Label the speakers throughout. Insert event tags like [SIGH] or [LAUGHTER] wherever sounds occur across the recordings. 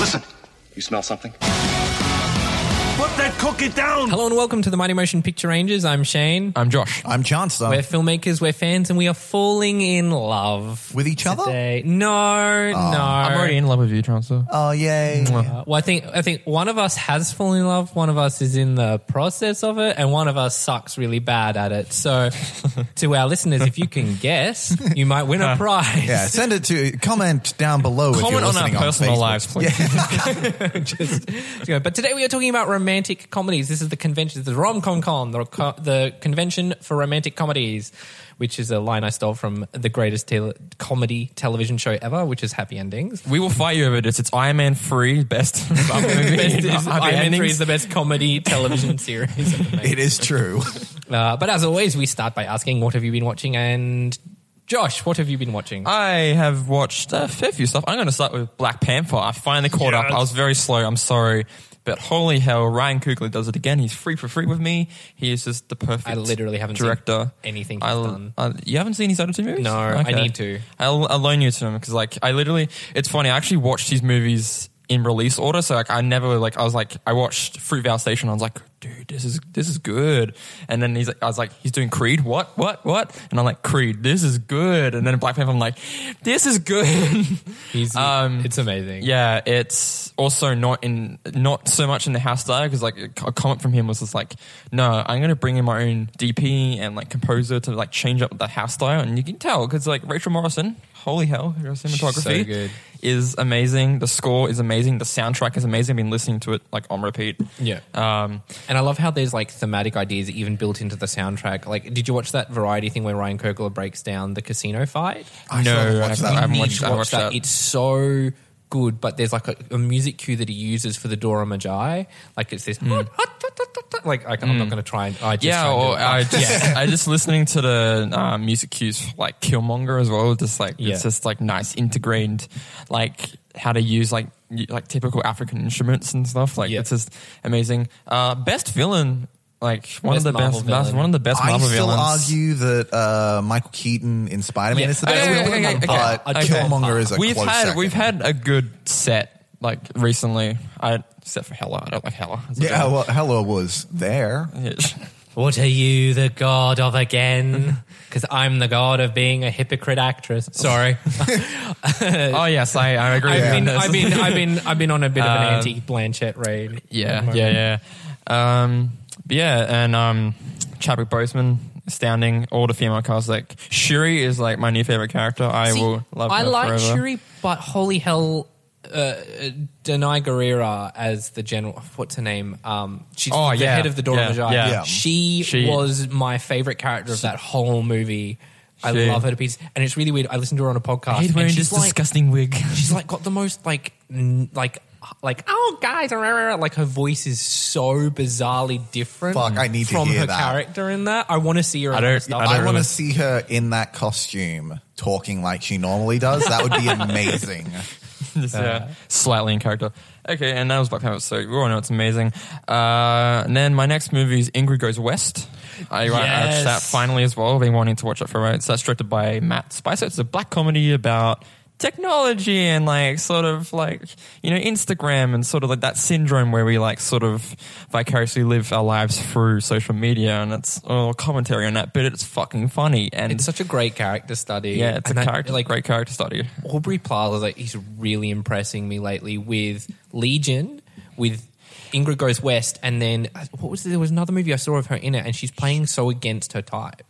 Speaker 1: Listen, you smell something?
Speaker 2: Put that cookie down!
Speaker 3: Hello and welcome to the Mighty Motion Picture Rangers. I'm Shane.
Speaker 4: I'm Josh.
Speaker 5: I'm Chancellor.
Speaker 3: We're filmmakers, we're fans, and we are falling in love
Speaker 5: With each other?
Speaker 3: Today. No, no.
Speaker 4: Ah. I'm already in love with you, Chancellor.
Speaker 5: oh, yay.
Speaker 3: Uh, well, I think I think one of us has fallen in love, one of us is in the process of it, and one of us sucks really bad at it.
Speaker 4: [LAUGHS]
Speaker 3: So, to our listeners, if you can guess, you might
Speaker 4: [LAUGHS]
Speaker 3: win a prize.
Speaker 5: Yeah, send it to comment down below. Oh, if
Speaker 4: Comment
Speaker 5: you're
Speaker 4: on our
Speaker 5: listening
Speaker 4: personal
Speaker 5: Facebook.
Speaker 4: lives,
Speaker 3: [LAUGHS]
Speaker 4: please.
Speaker 3: Just- just go. But today we are talking about romantic comedies. This is the convention, the Rom Com Con, the, co- the convention for romantic comedies, which is a line I stole from the greatest tele- comedy television show ever, which is Happy
Speaker 5: [LAUGHS]
Speaker 3: Endings.
Speaker 4: We will fight you over this. It's Iron Man 3, best [LAUGHS] bum movie.
Speaker 3: Best is,
Speaker 4: Happy
Speaker 3: Iron Man 3
Speaker 4: endings.
Speaker 3: is the best comedy
Speaker 5: [LAUGHS]
Speaker 3: television series. ever made.
Speaker 5: It is true.
Speaker 3: Uh, but as always, we start by asking, what have you been watching? And Josh, what have you been watching?
Speaker 5: Uh,
Speaker 4: I have watched a fair few stuff. I'm going to start with Black Panther. I finally caught up. I was very slow. I'm sorry. But holy hell, Ryan Coogler does it again. He's free for free with me. He is just the perfect
Speaker 3: I literally haven't seen
Speaker 4: director.
Speaker 3: anything he's
Speaker 4: I,
Speaker 3: done.
Speaker 4: I- Uh, you haven't seen his other two movies?
Speaker 3: No, I need to.
Speaker 4: I'll, I'll loan you to him because, like, I literally, it's funny. I actually watched these movies in release order, so like, I never like. I was like, I watched Fruitvale Station. I was like, dude, this is this is good. And then he's, like, I was like, he's doing Creed. What? What? What? And I'm like, Creed, this is good. And then Black Panther, I'm like, this is good. [LAUGHS]
Speaker 3: He's-
Speaker 5: um,
Speaker 3: it's amazing.
Speaker 4: Yeah, it's also not in not so much in the house style because like a comment from him was just like, no, I'm gonna bring in my own DP and like composer to like change up the house style, and you can tell because like Rachel Morrison, holy hell, her cinematography
Speaker 3: so good.
Speaker 4: is amazing. The score is amazing. The soundtrack is amazing. I've been listening to it like on repeat.
Speaker 3: Yeah.
Speaker 4: Um,
Speaker 3: And I love how there's like thematic ideas even built into the soundtrack. Like, did you watch that variety thing where Ryan Kirkler breaks down the casino fight?
Speaker 5: I still
Speaker 4: no,
Speaker 5: haven't
Speaker 4: I
Speaker 5: watched
Speaker 4: haven't-
Speaker 5: that.
Speaker 4: I haven't
Speaker 3: You
Speaker 4: watched,
Speaker 3: should
Speaker 4: I haven't
Speaker 3: watch
Speaker 4: watched
Speaker 3: that.
Speaker 4: that.
Speaker 3: It's so good, but there's like a, a music cue that he uses for the Dora Majai. Like, it's this. Like, I, I'm not going to try and. Hmm. I just
Speaker 4: yeah,
Speaker 3: tried to-
Speaker 4: or
Speaker 3: [LAUGHS]
Speaker 4: I just
Speaker 3: yeah.
Speaker 4: I just listening to the uh, music cues like Killmonger as well. Just like
Speaker 3: Yeah.
Speaker 4: it's just like nice integrated, like how to use like y- like typical African instruments and stuff. Like
Speaker 3: Yeah.
Speaker 4: it's just amazing. Uh, best villain, like one
Speaker 3: Best
Speaker 4: of the
Speaker 3: Marvel
Speaker 4: best, best-
Speaker 3: villain.
Speaker 4: one of the best
Speaker 5: I
Speaker 4: Marvel
Speaker 5: still
Speaker 4: villains.
Speaker 5: argue that uh, Michael Keaton in Spider Man
Speaker 3: Yeah.
Speaker 5: is the best
Speaker 3: Okay, okay,
Speaker 5: villain,
Speaker 3: okay, okay.
Speaker 5: but
Speaker 3: Okay.
Speaker 5: Killmonger is a
Speaker 4: we've
Speaker 5: close
Speaker 4: had
Speaker 5: second.
Speaker 4: we've had a good set like recently. I except for Hella, I don't like Hella. It's a
Speaker 5: Yeah, well, Hella was there.
Speaker 4: villain.
Speaker 3: [LAUGHS] What are you the god of again? [LAUGHS] Because I'm the god of being a hypocrite actress. [LAUGHS] Sorry.
Speaker 4: oh yes, I, I agree.
Speaker 3: I've,
Speaker 4: with
Speaker 3: been,
Speaker 4: this.
Speaker 3: I've been I've been I've been on a bit of an anti Blanchett raid. at the
Speaker 4: Yeah,
Speaker 3: moment.
Speaker 4: yeah, yeah. Um, but yeah, and um, Chadwick Boseman, astounding. All the female cast, like Shuri is like my new favorite character. I
Speaker 3: See,
Speaker 4: will love.
Speaker 3: I
Speaker 4: her
Speaker 3: like
Speaker 4: forever.
Speaker 3: Shuri, but holy hell, uh, Denai Guerrera as the general. What's her name? Um, she's
Speaker 4: Oh,
Speaker 3: the
Speaker 4: yeah.
Speaker 3: head of the Dora
Speaker 4: Yeah,
Speaker 3: Milaje.
Speaker 4: yeah.
Speaker 5: Yeah.
Speaker 3: She,
Speaker 4: She-
Speaker 3: was my favorite character of that whole movie. I
Speaker 4: She-
Speaker 3: love her to pieces, and it's really weird. I listened to her on a podcast.
Speaker 4: He's
Speaker 3: and
Speaker 4: wearing
Speaker 3: she's
Speaker 4: this
Speaker 3: like-
Speaker 4: disgusting wig.
Speaker 3: she's like got the most like n- like like oh guys rah, rah, rah. like her voice is so bizarrely different.
Speaker 5: Fuck, I need to
Speaker 3: from
Speaker 5: hear
Speaker 3: her
Speaker 5: that.
Speaker 3: character in that. I want to see her.
Speaker 4: I
Speaker 3: in other
Speaker 4: don't-
Speaker 3: stuff.
Speaker 4: I don't
Speaker 5: I want
Speaker 4: really-
Speaker 5: to see her in that costume talking like she normally does. That
Speaker 4: [LAUGHS]
Speaker 5: would be amazing.
Speaker 3: Uh,
Speaker 4: Just, yeah, slightly in character. Okay, and that was Black Panther. So we all know it's amazing. Uh, and then my next movie is Ingrid Goes West. I I
Speaker 3: Yes.
Speaker 4: watched that finally as well. Been wanting to watch it for a while. It's that's directed by Matt Spicer. It's a black comedy about technology and like sort of like you know Instagram and sort of like that syndrome where we like sort of vicariously live our lives through social media and it's all commentary on that. But it's fucking funny and
Speaker 3: It's such a great character study.
Speaker 4: yeah, it's
Speaker 3: And
Speaker 4: a
Speaker 3: I-
Speaker 4: character
Speaker 3: Like
Speaker 4: great character study.
Speaker 3: Aubrey Plaza, like he's really impressing me lately with Legion, with Ingrid Goes uh, West, and then what was there was another movie I saw of her in it, and she's playing so against her type.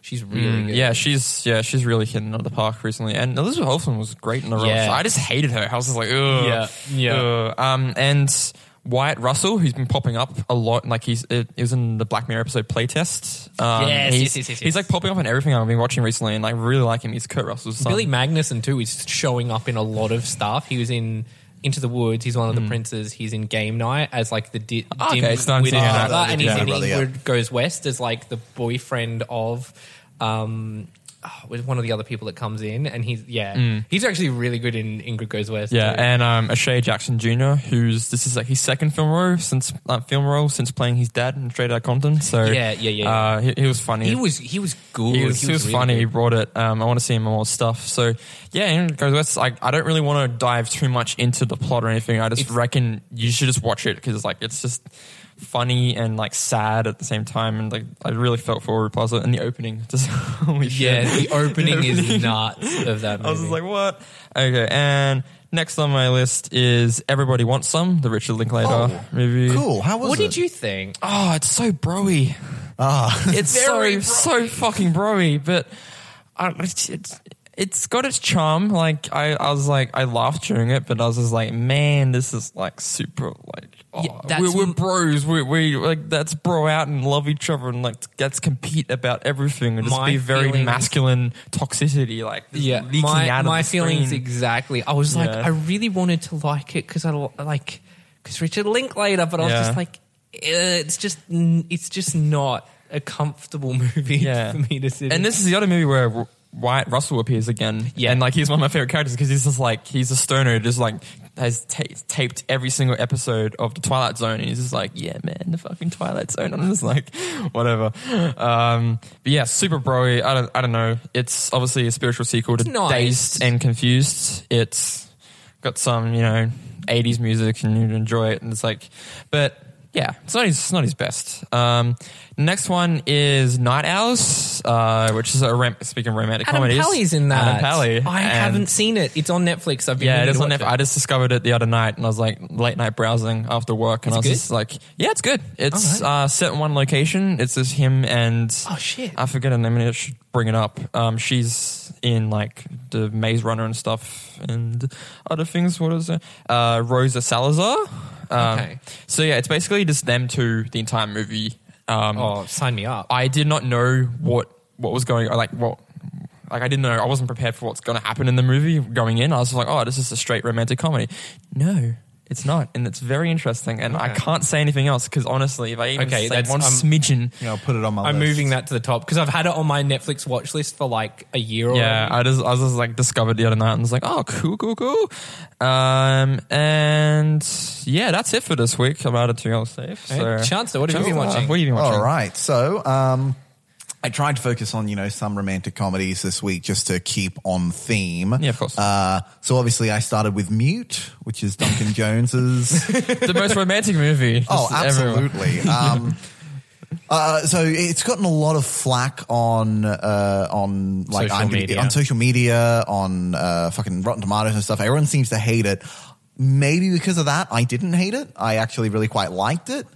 Speaker 3: She's really good.
Speaker 4: Mm, Yeah, she's yeah, she's really hitting it at the park recently. And Elizabeth Holtzman was great in the role.
Speaker 3: Yeah.
Speaker 4: So I just hated her. I was just like, ugh,
Speaker 3: Yeah, yeah.
Speaker 4: ugh. Um, and Wyatt Russell, who's been popping up a lot, like he's it, he was in the Black Mirror episode Playtest. Um,
Speaker 3: Yes,
Speaker 4: he's,
Speaker 3: yes, yes, yes, yes.
Speaker 4: He's like popping up in everything I've been watching recently, and I really like him. He's Kurt Russell's son.
Speaker 3: Billy Magnuson too is showing up in a lot of stuff. He was in Into the Woods. He's one of the princes. He's in Game Night as like the di-
Speaker 4: Hmm. Ah, okay,
Speaker 3: dim
Speaker 4: it's starting to
Speaker 3: witted
Speaker 4: see that.
Speaker 3: brother,
Speaker 5: Yeah,
Speaker 3: and he's
Speaker 5: yeah,
Speaker 3: in
Speaker 5: brother, yeah.
Speaker 3: Ingrid Goes West as like the boyfriend of. Um, oh, with one of the other people that comes in, and he's yeah, he's actually really good in Ingrid Goes West.
Speaker 4: Hmm. Yeah,
Speaker 3: too.
Speaker 4: and um, Ashay Jackson Jr., who's this is like his second film role since uh, film role since playing his dad in Straight Outta Compton. So
Speaker 3: Yeah, yeah, yeah,
Speaker 4: Uh, he, he was funny.
Speaker 3: he was he was good.
Speaker 4: He was, he was
Speaker 3: really
Speaker 4: funny. He
Speaker 3: good.
Speaker 4: brought it. Um, I want to see him in more stuff. So yeah, and goes West. I, I don't really want to dive too much into the plot or anything. I just reckon you should just watch it because like it's just funny and like sad at the same time. And like I really felt for Plaza and the opening. [LAUGHS] Just holy [LAUGHS]
Speaker 3: Yeah,
Speaker 4: shit.
Speaker 3: the opening is
Speaker 4: opening.
Speaker 3: nuts of that movie.
Speaker 4: I was just like, what? Okay, and next on my list is Everybody Wants Some, the Richard Linklater
Speaker 5: Oh,
Speaker 4: movie.
Speaker 5: Cool. How was
Speaker 3: what
Speaker 5: it?
Speaker 3: did you think?
Speaker 4: Oh, it's so broy.
Speaker 5: Ah,
Speaker 4: It's
Speaker 3: Very
Speaker 4: so so fucking broy, but I, it's, it's it's got its charm. Like I, I was like I laughed during it, but I was just like, man, this is like super like. Oh,
Speaker 3: Yeah, that's-
Speaker 4: we're, we're bros. We we like that's bro out and love each other and like let's compete about everything and just
Speaker 3: My
Speaker 4: be very
Speaker 3: feelings-
Speaker 4: masculine toxicity like just
Speaker 3: yeah,
Speaker 4: leaking
Speaker 3: my,
Speaker 4: out of
Speaker 3: my
Speaker 4: the
Speaker 3: feelings
Speaker 4: screen.
Speaker 3: exactly. I was like,
Speaker 4: Yeah.
Speaker 3: I really wanted to like it because I l- like because Richard Linklater, but I was
Speaker 4: Yeah.
Speaker 3: just like, eh, it's just n- it's just not a comfortable [LAUGHS] movie for me to sit.
Speaker 4: And
Speaker 3: in.
Speaker 4: this is the other movie where R- Wyatt Russell appears again.
Speaker 3: Yeah.
Speaker 4: And like he's one of my favorite characters because he's just like he's a stoner, just like has ta- taped every single episode of the Twilight Zone, and he's just like, yeah, man, the fucking Twilight Zone. I'm just like, [LAUGHS] whatever. Um, but yeah, super broy. I don't, I don't know. It's obviously a spiritual sequel to
Speaker 3: It's nice.
Speaker 4: Dazed and Confused. It's got some you know 80s music, and you enjoy it, and it's like, but. Yeah, it's not his, it's not his best. Um, next one is Night Owls, uh, which is a rom- speaking of romantic
Speaker 3: Adam
Speaker 4: comedies.
Speaker 3: Pally's in that.
Speaker 4: Adam Pally.
Speaker 3: I
Speaker 4: And-
Speaker 3: haven't seen it. It's on Netflix. I've been
Speaker 4: Yeah, it
Speaker 3: meaning
Speaker 4: is
Speaker 3: to
Speaker 4: on
Speaker 3: watch
Speaker 4: Netflix. I just discovered it the other night, and I was like late night browsing after work,
Speaker 3: Is
Speaker 4: and I
Speaker 3: it
Speaker 4: was
Speaker 3: good?
Speaker 4: just like, "Yeah, it's good. It's
Speaker 3: All
Speaker 4: uh, set in one location. It's just him and
Speaker 3: Oh, shit.
Speaker 4: I Um, forget her name. I should bring it up. Um, she's in like the Maze Runner and stuff, and other things. What is it? Uh, Rosa Salazar. Um,
Speaker 3: Okay.
Speaker 4: So yeah, it's basically just them two the entire movie. Um,
Speaker 3: Oh, sign me up.
Speaker 4: I did not know what what was going or like what like I didn't know I wasn't prepared for what's going to happen in the movie going in. I was like, oh, this is a straight romantic comedy. No, it's not, and it's very interesting. And I can't say anything else because honestly, if I even
Speaker 3: Okay,
Speaker 4: say
Speaker 3: that's- um,
Speaker 4: one
Speaker 3: I'm-
Speaker 4: smidgen,
Speaker 5: you know, put it on my
Speaker 3: I'm
Speaker 5: list.
Speaker 3: moving that to the top because I've had it on my Netflix watch list for like a year. Already.
Speaker 4: yeah, Mm. I just I was just like discovered the other night and was like, oh, cool, cool, cool. Um, and yeah, that's it for this week. I'm out of two hours safe. So,
Speaker 3: Hey, Chancellor, what have you been
Speaker 4: Chancellor,
Speaker 3: watching?
Speaker 4: What have you been watching?
Speaker 5: All right. So, um, I tried to focus on, you know, some romantic comedies this week just to keep on theme.
Speaker 4: Yeah, of course.
Speaker 5: Uh, so obviously I started with Mute, which is Duncan Jones's.
Speaker 4: the most romantic movie.
Speaker 5: [LAUGHS] oh,
Speaker 4: Just everyone.
Speaker 5: absolutely.
Speaker 3: [LAUGHS]
Speaker 5: Um, uh, so it's gotten a lot of flack on uh, on like
Speaker 3: Social
Speaker 5: IMDb
Speaker 3: media.
Speaker 5: on social media on uh, fucking Rotten Tomatoes and stuff. Everyone seems to hate it. Maybe because of that, I didn't hate it. I actually really quite liked it.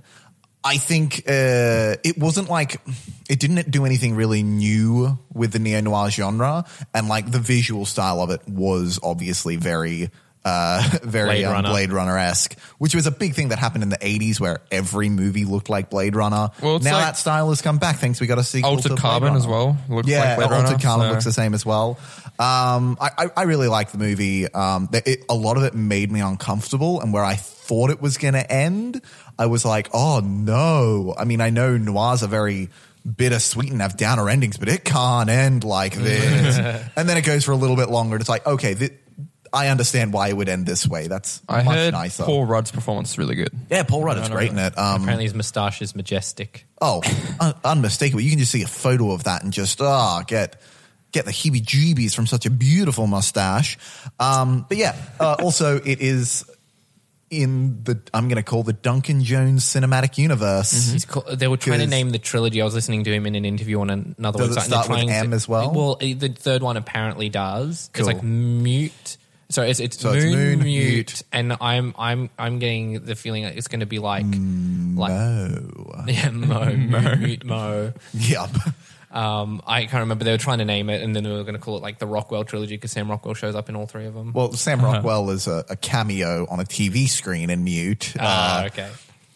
Speaker 5: I think uh, it wasn't like it didn't do anything really new with the neo noir genre, and like the visual style of it was obviously very, uh, [LAUGHS] very
Speaker 3: Blade
Speaker 5: um,
Speaker 3: Runner.
Speaker 5: Blade Runner esque, which was a big thing that happened in the '80s where every movie looked like Blade Runner.
Speaker 4: Well, it's
Speaker 5: now
Speaker 4: like-
Speaker 5: that style has come back. Thanks, we got a sequel to
Speaker 4: Altered
Speaker 5: Blade
Speaker 4: Carbon
Speaker 5: Runner.
Speaker 4: as well. Looks
Speaker 5: yeah,
Speaker 4: like Blade
Speaker 5: Altered
Speaker 4: Runner,
Speaker 5: Carbon
Speaker 4: so-
Speaker 5: looks the same as well. Um, I, I, I really liked the movie. Um, that it, a lot of it made me uncomfortable, and where I thought it was going to end, I was like, oh no. I mean, I know noirs are very bittersweet and have downer endings, but it can't end
Speaker 4: [LAUGHS]
Speaker 5: like this. and then it goes for a little bit longer, and it's like, okay, thi- I understand why it would end this way. That's
Speaker 4: I
Speaker 5: much
Speaker 4: heard
Speaker 5: nicer.
Speaker 4: Paul Rudd's performance is really good.
Speaker 5: yeah, Paul Rudd is great in it. Um,
Speaker 3: Apparently, his moustache is majestic.
Speaker 5: Oh, un- unmistakable. You can just see a photo of that and just, ah, get. Get the heebie-jeebies from such a beautiful mustache, um, but yeah. Uh, also, it is in the I'm going to call the Duncan Jones cinematic universe. [LAUGHS]
Speaker 4: Mm-hmm.
Speaker 3: He's called, they were trying to
Speaker 5: 'Cause-
Speaker 3: name the trilogy. I was listening to him in an interview on another
Speaker 5: Does it
Speaker 3: website. and
Speaker 5: start
Speaker 3: they're
Speaker 5: with
Speaker 3: trying
Speaker 5: M
Speaker 3: to,
Speaker 5: as well?
Speaker 3: Well, eh, the third one apparently does.
Speaker 5: Cool.
Speaker 3: It's like mute. Sorry, it's, it's,
Speaker 5: So
Speaker 3: moon,
Speaker 5: it's Moon,
Speaker 3: mute,
Speaker 5: Mute.
Speaker 3: and I'm I'm I'm getting the feeling that it's going to be like like
Speaker 5: Oh, [LAUGHS]
Speaker 3: [LAUGHS] yeah, mo, mo, mute, mo.
Speaker 5: yep.
Speaker 3: Um, I can't remember. They were trying to name it, and then they were going to call it like the Rockwell trilogy because Sam Rockwell shows up in all three of them.
Speaker 5: Well, Sam
Speaker 4: Uh-huh.
Speaker 5: Rockwell is a, a cameo on a TV screen in Mute, uh,
Speaker 3: Ah, okay.